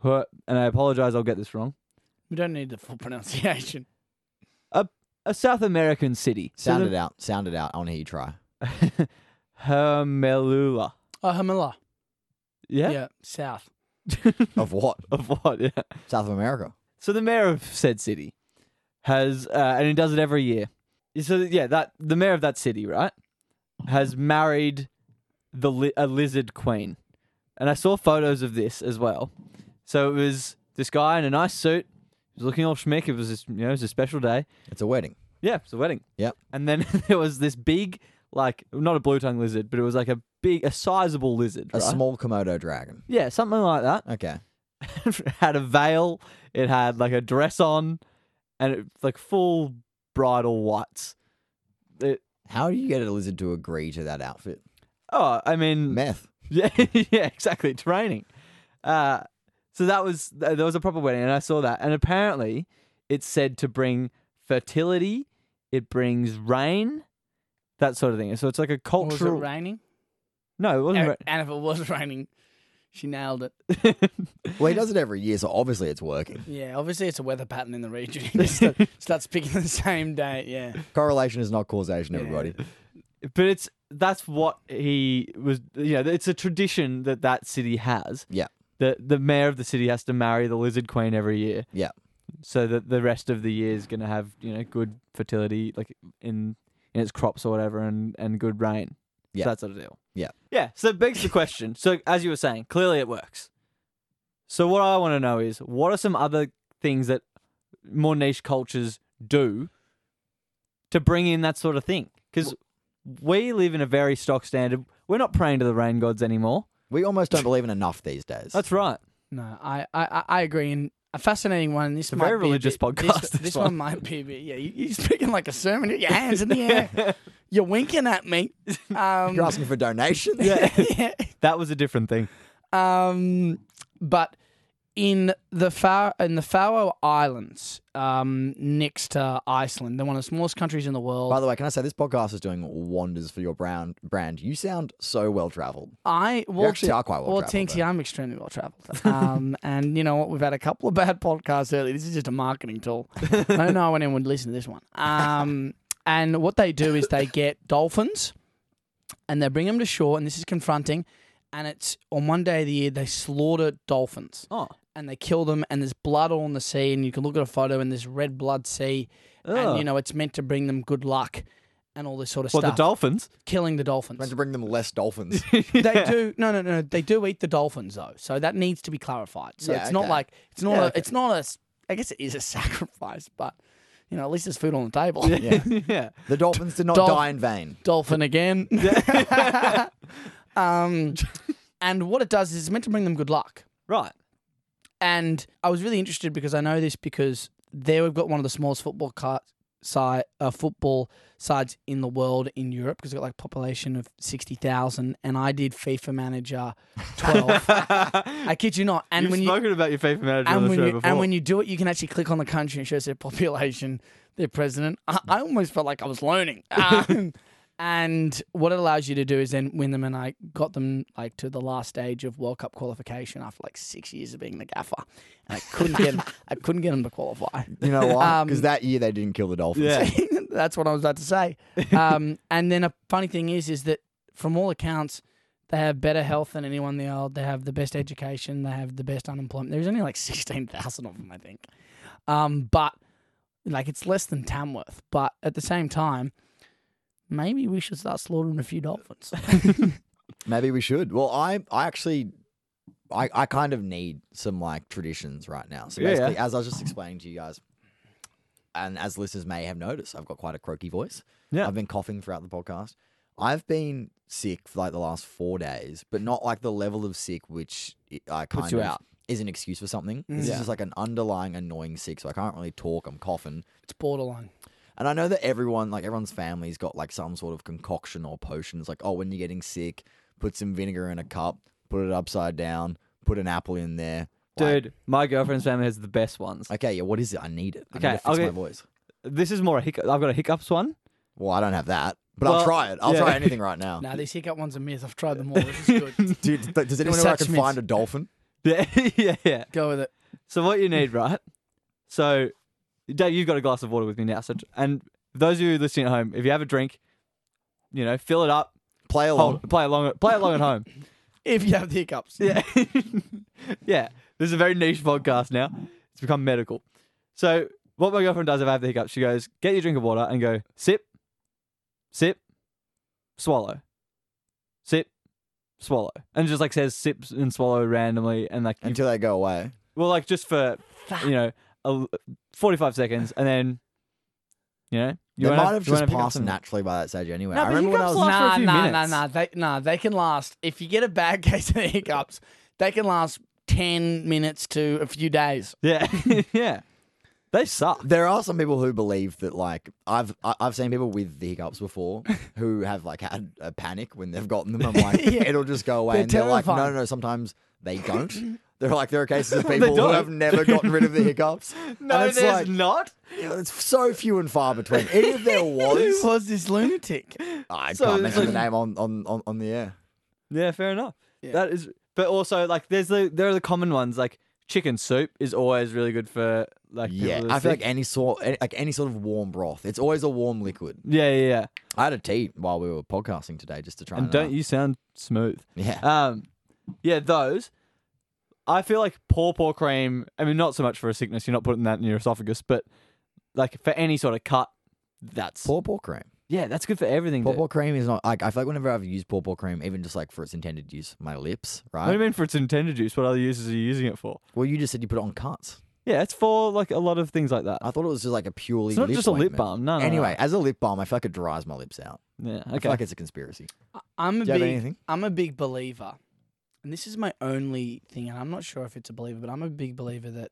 Speaker 1: Hua- and I apologize, I'll get this wrong,
Speaker 2: we don't need the full pronunciation.
Speaker 1: a South American city.
Speaker 3: Sound
Speaker 1: so
Speaker 3: it out. Sound it out. I want to hear you try.
Speaker 1: the, Hermelula.
Speaker 2: Oh, Hamila.
Speaker 1: Yeah?
Speaker 2: south.
Speaker 3: Of what?
Speaker 1: Of what? Yeah.
Speaker 3: South of America.
Speaker 1: So the mayor of said city has, uh, and he does it every year. So yeah, that the mayor of that city, right, has married the li- a lizard queen, and I saw photos of this as well. So it was this guy in a nice suit, he was looking all schmick. It was this, you know, it was a special day.
Speaker 3: It's a wedding.
Speaker 1: Yeah, it's a wedding.
Speaker 3: Yep.
Speaker 1: And then there was this big, like not a blue tongue lizard, but it was like a big, a sizable lizard,
Speaker 3: A
Speaker 1: right?
Speaker 3: small Komodo dragon.
Speaker 1: yeah, something like that
Speaker 3: Okay.
Speaker 1: had a veil, it had like a dress on, and it like full bridal whites. It,
Speaker 3: How do you get a lizard to agree to that outfit?
Speaker 1: oh, I mean,
Speaker 3: Meth.
Speaker 1: yeah, yeah, exactly, it's raining. Uh, so that was th- there was a proper wedding, and I saw that, and apparently, it's said to bring fertility, it brings rain, that sort of thing. So it's like a
Speaker 2: Was it er,
Speaker 1: cultural.
Speaker 2: raining?
Speaker 1: no, it Oh, wasn't.
Speaker 2: And,
Speaker 1: ra-
Speaker 2: and if it was raining, she nailed it.
Speaker 3: Well, he does it every year, so obviously it's working.
Speaker 2: Yeah, obviously it's a weather pattern in the region. He just start- starts picking the same day. Yeah.
Speaker 3: Correlation is not causation, everybody.
Speaker 1: but it's that's what he was you know it's a tradition that that city has
Speaker 3: Yeah.
Speaker 1: the the mayor of the city has to marry the lizard queen every year
Speaker 3: Yeah.
Speaker 1: so that the rest of the year is going to have you know good fertility like in in its crops or whatever and and good rain
Speaker 3: Yeah.
Speaker 1: so that sort of deal
Speaker 3: Yeah.
Speaker 1: yeah so it begs the question so as you were saying clearly it works so what i want to know is what are some other things that more niche cultures do to bring in that sort of thing because we live in a very stock standard we're not praying to the rain gods anymore
Speaker 3: We almost don't believe in enough these days.
Speaker 1: that's right
Speaker 2: No, I, I, I- I agree. And a fascinating one. This
Speaker 1: a
Speaker 2: might
Speaker 1: very
Speaker 2: be
Speaker 1: religious
Speaker 2: bit-
Speaker 1: podcast,
Speaker 2: This,
Speaker 1: this
Speaker 2: this
Speaker 1: one.
Speaker 2: one might be a bit. Yeah, you, you're speaking like a sermon. Your hands in the air. You're winking at me. Um,
Speaker 3: You're asking for donations.
Speaker 2: yeah.
Speaker 1: that was a different thing
Speaker 2: Um, but in the Far- in the Faroe Islands, um, next to Iceland, they're one of the smallest countries in the world.
Speaker 3: By the way, can I say this podcast is doing wonders for your brand? Brand, you sound so well traveled.
Speaker 2: I well,
Speaker 3: actually
Speaker 2: T-
Speaker 3: are quite well
Speaker 2: Well,
Speaker 3: travelled,
Speaker 2: TNT, I'm extremely well traveled. Um, and you know what? We've had a couple of bad podcasts earlier. This is just a marketing tool. I don't know when anyone would listen to this one. Um, and what they do is they get dolphins, and they bring them to shore. And this is confronting. And it's on one day of the year they slaughter dolphins
Speaker 1: Oh.
Speaker 2: and they kill them. And there's blood all in the sea. And you can look at a photo and there's red blood sea. And
Speaker 1: Ugh.
Speaker 2: you know it's meant to bring them good luck and all this sort of
Speaker 1: What, the
Speaker 2: stuff.
Speaker 1: dolphins?
Speaker 2: Killing the dolphins
Speaker 3: Meant to bring them less dolphins.
Speaker 2: they do no no no they do eat the dolphins though so that needs to be clarified so
Speaker 3: Yeah,
Speaker 2: it's not
Speaker 3: okay.
Speaker 2: like it's not
Speaker 3: Yeah,
Speaker 2: a,
Speaker 3: okay.
Speaker 2: it's not a s- i guess it is a sacrifice but you know at least there's food on the table
Speaker 1: yeah.
Speaker 3: the dolphins did not
Speaker 2: Dolph-
Speaker 3: die in vain.
Speaker 2: dolphin again um and what it does is it's meant to bring them good luck
Speaker 1: Right.
Speaker 2: and i was really interested because i know this because there we've got one of the smallest football car- side, uh, football sides in the world in europe because they've got like population of 60000 and i did fifa manager 12 i kid you not and
Speaker 1: You've
Speaker 2: when you
Speaker 1: spoken about your favorite manager on
Speaker 2: and
Speaker 1: the
Speaker 2: when
Speaker 1: show
Speaker 2: you
Speaker 1: before.
Speaker 2: and when you do it, you can actually click on the country and it shows their population, their president. I, I almost felt like I was learning. Um, and what it allows you to do is then win them, and I got them like to the last stage of World Cup qualification after like six years of being the gaffer, and I couldn't get 'em- I couldn't get them to qualify.
Speaker 3: You know why?
Speaker 2: Um,
Speaker 3: Because that year they didn't kill the dolphins.
Speaker 1: Yeah.
Speaker 2: That's what I was about to say. Um, and then a funny thing is, is that from all accounts, they have better health than anyone in the world. They have the best education. They have the best unemployment. There's only like sixteen thousand of them, I think. Um, but like it's less than Tamworth. But at the same time, maybe we should start slaughtering a few dolphins.
Speaker 3: Maybe we should. Well, I, I actually, I, I kind of need some like traditions right now. So
Speaker 1: Yeah,
Speaker 3: basically, as I was just explaining to you guys, and as listeners may have noticed, I've got quite a croaky voice.
Speaker 1: Yeah.
Speaker 3: I've been coughing throughout the podcast. I've been sick for like the last four days, but not like the level of sick which i- I kind
Speaker 1: you
Speaker 3: of
Speaker 1: out. Mm.
Speaker 3: is an excuse for something. This
Speaker 1: Yeah.
Speaker 3: is just like an underlying annoying sick. So I can't really talk. I'm coughing.
Speaker 2: it's borderline.
Speaker 3: And I know that everyone, like everyone's family's got like some sort of concoction or potion. It's like, oh, when you're getting sick, put some vinegar in a cup, put it upside down, put an apple in there. Like,
Speaker 1: Dude, my girlfriend's family has the best ones.
Speaker 3: okay, yeah, what is it? I need it. I
Speaker 1: Okay,
Speaker 3: need to fix
Speaker 1: I'll
Speaker 3: my
Speaker 1: get-
Speaker 3: voice.
Speaker 1: This is more a hiccup. I've got a hiccups one.
Speaker 3: Well, I don't have that, but I'll
Speaker 1: Well,
Speaker 3: try it. I'll
Speaker 1: yeah.
Speaker 3: try anything right now.
Speaker 2: Now these hiccup ones are myth. I've tried them all. This is good.
Speaker 3: Dude, th- does anyone know where I can
Speaker 2: such myths.
Speaker 3: find a dolphin?
Speaker 1: Yeah, yeah, yeah.
Speaker 2: Go with it.
Speaker 1: So what you need, right? So, Dave, you've got a glass of water with me now. So, and those of you listening at home, if you have a drink, you know, fill it up.
Speaker 3: Play along.
Speaker 1: Hold, play along. Play along at home.
Speaker 2: If you have the hiccups,
Speaker 1: Yeah. yeah. This is a very niche podcast now. It's become medical. So what my girlfriend does if I have the hiccups, she goes, get your drink of water and go, sip, sip, swallow. Sip, swallow. And just like says sip and swallow randomly and like you-
Speaker 3: Until they go away.
Speaker 1: well like just for you know a, 45 seconds and then you know you
Speaker 3: You they
Speaker 1: won't
Speaker 3: might have
Speaker 1: you won't
Speaker 3: just passed
Speaker 1: hiccups
Speaker 3: naturally by that stage anyway.
Speaker 1: No,
Speaker 3: I
Speaker 1: but
Speaker 3: remember when I
Speaker 1: hiccups
Speaker 3: was
Speaker 1: last for a
Speaker 2: nah,
Speaker 1: few
Speaker 2: nah,
Speaker 1: minutes.
Speaker 2: nah, nah. They, nah, they can last. If you get a bad case of the hiccups, they can last 10 minutes to a few days.
Speaker 1: and- yeah yeah they suck
Speaker 3: There are some people who believe that, like, I've I- I've seen people with the hiccups before who have like had a panic when they've gotten them. I'm like, it'll just go away,
Speaker 2: They're
Speaker 3: and they're like, no, no,
Speaker 2: terrifying.
Speaker 3: no. Sometimes they don't. They're like, there are cases of people who
Speaker 1: don't.
Speaker 3: have never gotten rid of the hiccups. and it's like,
Speaker 1: not
Speaker 3: you know, it's so few and far between. Even if there was,
Speaker 2: was this lunatic?
Speaker 3: I
Speaker 1: So
Speaker 3: can't
Speaker 1: it's
Speaker 3: mention the name on, on, on, on the air.
Speaker 1: yeah fair enough that is but also like there's the there are the common ones like chicken soup is always really good for like people
Speaker 3: Yeah,
Speaker 1: that are
Speaker 3: I feel
Speaker 1: sick.
Speaker 3: like any sort, any, like any sort of warm broth. It's always a warm liquid.
Speaker 1: yeah yeah yeah
Speaker 3: I had a tea while we were podcasting today just to try
Speaker 1: and
Speaker 3: it
Speaker 1: don't
Speaker 3: out.
Speaker 1: you sound smooth
Speaker 3: Yeah.
Speaker 1: um yeah those I feel like paw paw cream. I mean, not so much for a sickness. You're not putting that in your esophagus, but like for any sort of cut, that's
Speaker 3: Paw paw cream.
Speaker 1: Yeah, that's good for everything.
Speaker 3: Paw
Speaker 1: dude.
Speaker 3: paw cream is not like I feel like whenever I've used paw paw cream, even just like for its intended use, my lips,
Speaker 1: What do you
Speaker 3: right?
Speaker 1: mean for its intended use? What other uses are you using it for?
Speaker 3: Well, you just said you put it on cuts.
Speaker 1: Yeah, it's for like a lot of things like that.
Speaker 3: I thought it was just like a purely.
Speaker 1: It's not just a lip
Speaker 3: ointment.
Speaker 1: balm, no, no, no.
Speaker 3: Anyway, as a lip balm, I feel like it dries my lips out.
Speaker 1: Yeah,
Speaker 3: I
Speaker 1: okay.
Speaker 3: feel like it's a conspiracy.
Speaker 2: I'm a
Speaker 3: Do you have
Speaker 2: big,
Speaker 3: anything?
Speaker 2: I'm a big believer, and this is my only thing, and I'm not sure if it's a believer, but I'm a big believer that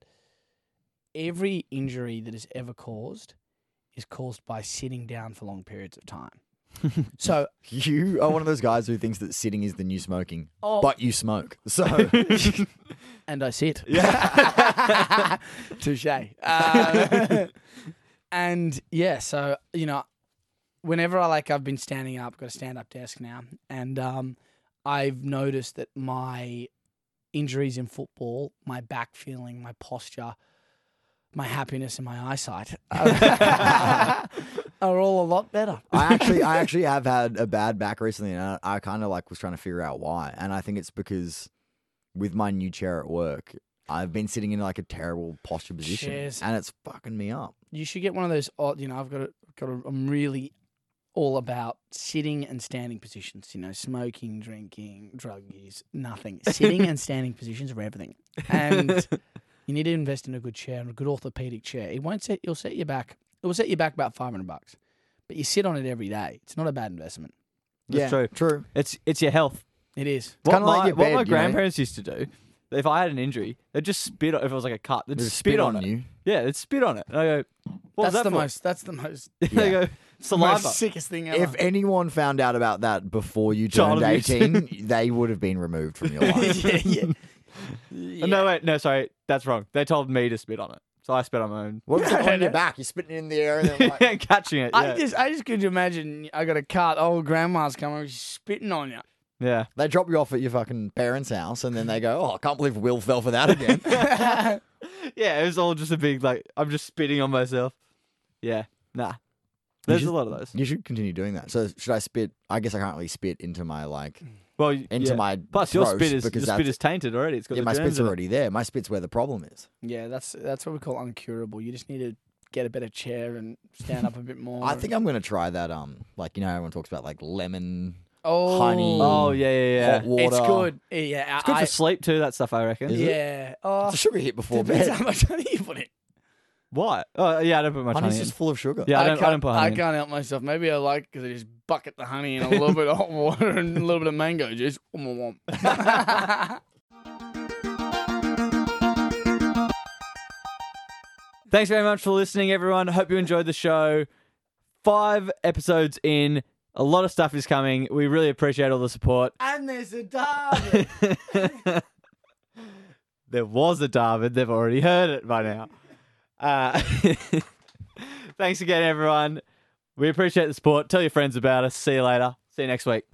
Speaker 2: every injury that is ever caused is caused by sitting down for long periods of time. So
Speaker 3: You are one of those guys who thinks that sitting is the new smoking,
Speaker 2: Oh.
Speaker 3: but you smoke. So
Speaker 2: and I sit. Yeah. Touche. Um, and yeah, so you know, whenever I like, I've been standing up, got a stand-up desk now, and um, I've noticed that my injuries in football, my back feeling, my posture, my happiness, and my eyesight are, are all a lot better.
Speaker 3: I actually, I actually have had a bad back recently, and I, I kind of like was trying to figure out why. And I think it's because with my new chair at work, I've been sitting in like a terrible posture position,
Speaker 2: Cheers.
Speaker 3: and it's fucking me up.
Speaker 2: you should get one of those. odd- You know, I've got a, got. A, I'm really all about sitting and standing positions. You know, smoking, drinking, drug use, nothing. Sitting and standing positions are everything, and you need to invest in a good chair and a good orthopedic chair. It won't set. It'll set you back. It will set you back about five hundred bucks, but you sit on it every day. It's not a bad investment.
Speaker 1: That's
Speaker 3: yeah,
Speaker 1: true. It's it's your health.
Speaker 2: It is.
Speaker 1: What
Speaker 3: kinda
Speaker 1: my,
Speaker 3: like your
Speaker 1: what
Speaker 3: bed,
Speaker 1: my
Speaker 3: you know?
Speaker 1: grandparents used to do, if I had an injury, they'd just spit. on If it was like a cut, they'd
Speaker 3: There's
Speaker 1: just spit, on, it.
Speaker 3: you.
Speaker 1: Yeah, they'd spit on it. And I go, what was
Speaker 2: that's
Speaker 1: that
Speaker 2: the
Speaker 1: for?
Speaker 2: most. That's the most.
Speaker 1: They
Speaker 3: Yeah.
Speaker 1: go saliva.
Speaker 2: most sickest thing ever.
Speaker 3: If anyone found out about that before you
Speaker 1: Child
Speaker 3: turned
Speaker 1: abuse.
Speaker 3: eighteen, they would have been removed from your life.
Speaker 2: yeah, yeah.
Speaker 1: Oh, No, wait, no, sorry, that's wrong. They told me to spit on it, so I spit on my own.
Speaker 3: What was it on your back? You're spitting in the air, and then like,
Speaker 1: Catching it.
Speaker 2: I
Speaker 1: Yeah.
Speaker 2: just, I just could imagine. I got a cart. Old grandma's coming, over, she's spitting on you.
Speaker 1: yeah.
Speaker 3: they drop you off at your fucking parents' house, and then they go, "Oh, I can't believe Will fell for that again."
Speaker 1: Yeah, it was all just a big, like, I'm just spitting on myself. Yeah, nah. There's
Speaker 3: should-
Speaker 1: a lot of those.
Speaker 3: you should continue doing that. So should I spit? I guess I can't really spit into my like
Speaker 1: Well, y-
Speaker 3: into
Speaker 1: yeah.
Speaker 3: my
Speaker 1: Plus, your
Speaker 3: throat
Speaker 1: spit is
Speaker 3: because
Speaker 1: your spit
Speaker 3: that's-
Speaker 1: is tainted already. It's got
Speaker 3: yeah,
Speaker 1: the
Speaker 3: my
Speaker 1: germs
Speaker 3: spit's
Speaker 1: in it.
Speaker 3: already there. My spit's where the problem is.
Speaker 2: Yeah, that's that's what we call uncurable. You just need to get a better chair and stand up a bit more.
Speaker 3: I
Speaker 2: and-
Speaker 3: think I'm gonna try that. Um, like you know, how everyone talks about like lemon,
Speaker 2: oh,
Speaker 3: honey,
Speaker 1: Oh yeah, yeah,
Speaker 3: hot
Speaker 1: yeah.
Speaker 3: water.
Speaker 2: it's good. Yeah,
Speaker 1: It's good
Speaker 2: I,
Speaker 1: for sleep too. That stuff I reckon.
Speaker 3: Is it?
Speaker 2: yeah. Oh,
Speaker 3: It's a sugar hit before
Speaker 2: depends
Speaker 3: bed.
Speaker 2: how much honey you put in.
Speaker 1: Why? Oh yeah, I don't put much
Speaker 3: Honey's
Speaker 1: honey
Speaker 3: just
Speaker 1: in.
Speaker 3: full of sugar.
Speaker 1: Yeah, I don't. I,
Speaker 2: can't,
Speaker 1: don't put honey.
Speaker 2: I can't help myself. Maybe I like because I just bucket the honey and a little bit of hot water and a little bit of mango juice. Womp, womp, womp.
Speaker 1: In. Thanks very much for listening, everyone. Hope you enjoyed the show. Five episodes in. A lot of stuff is coming. We really appreciate all the support.
Speaker 2: and there's a dog.
Speaker 1: There was a David. They've already heard it by now. Uh, thanks again, everyone. We appreciate the support. Tell your friends about us. See you later. See you next week.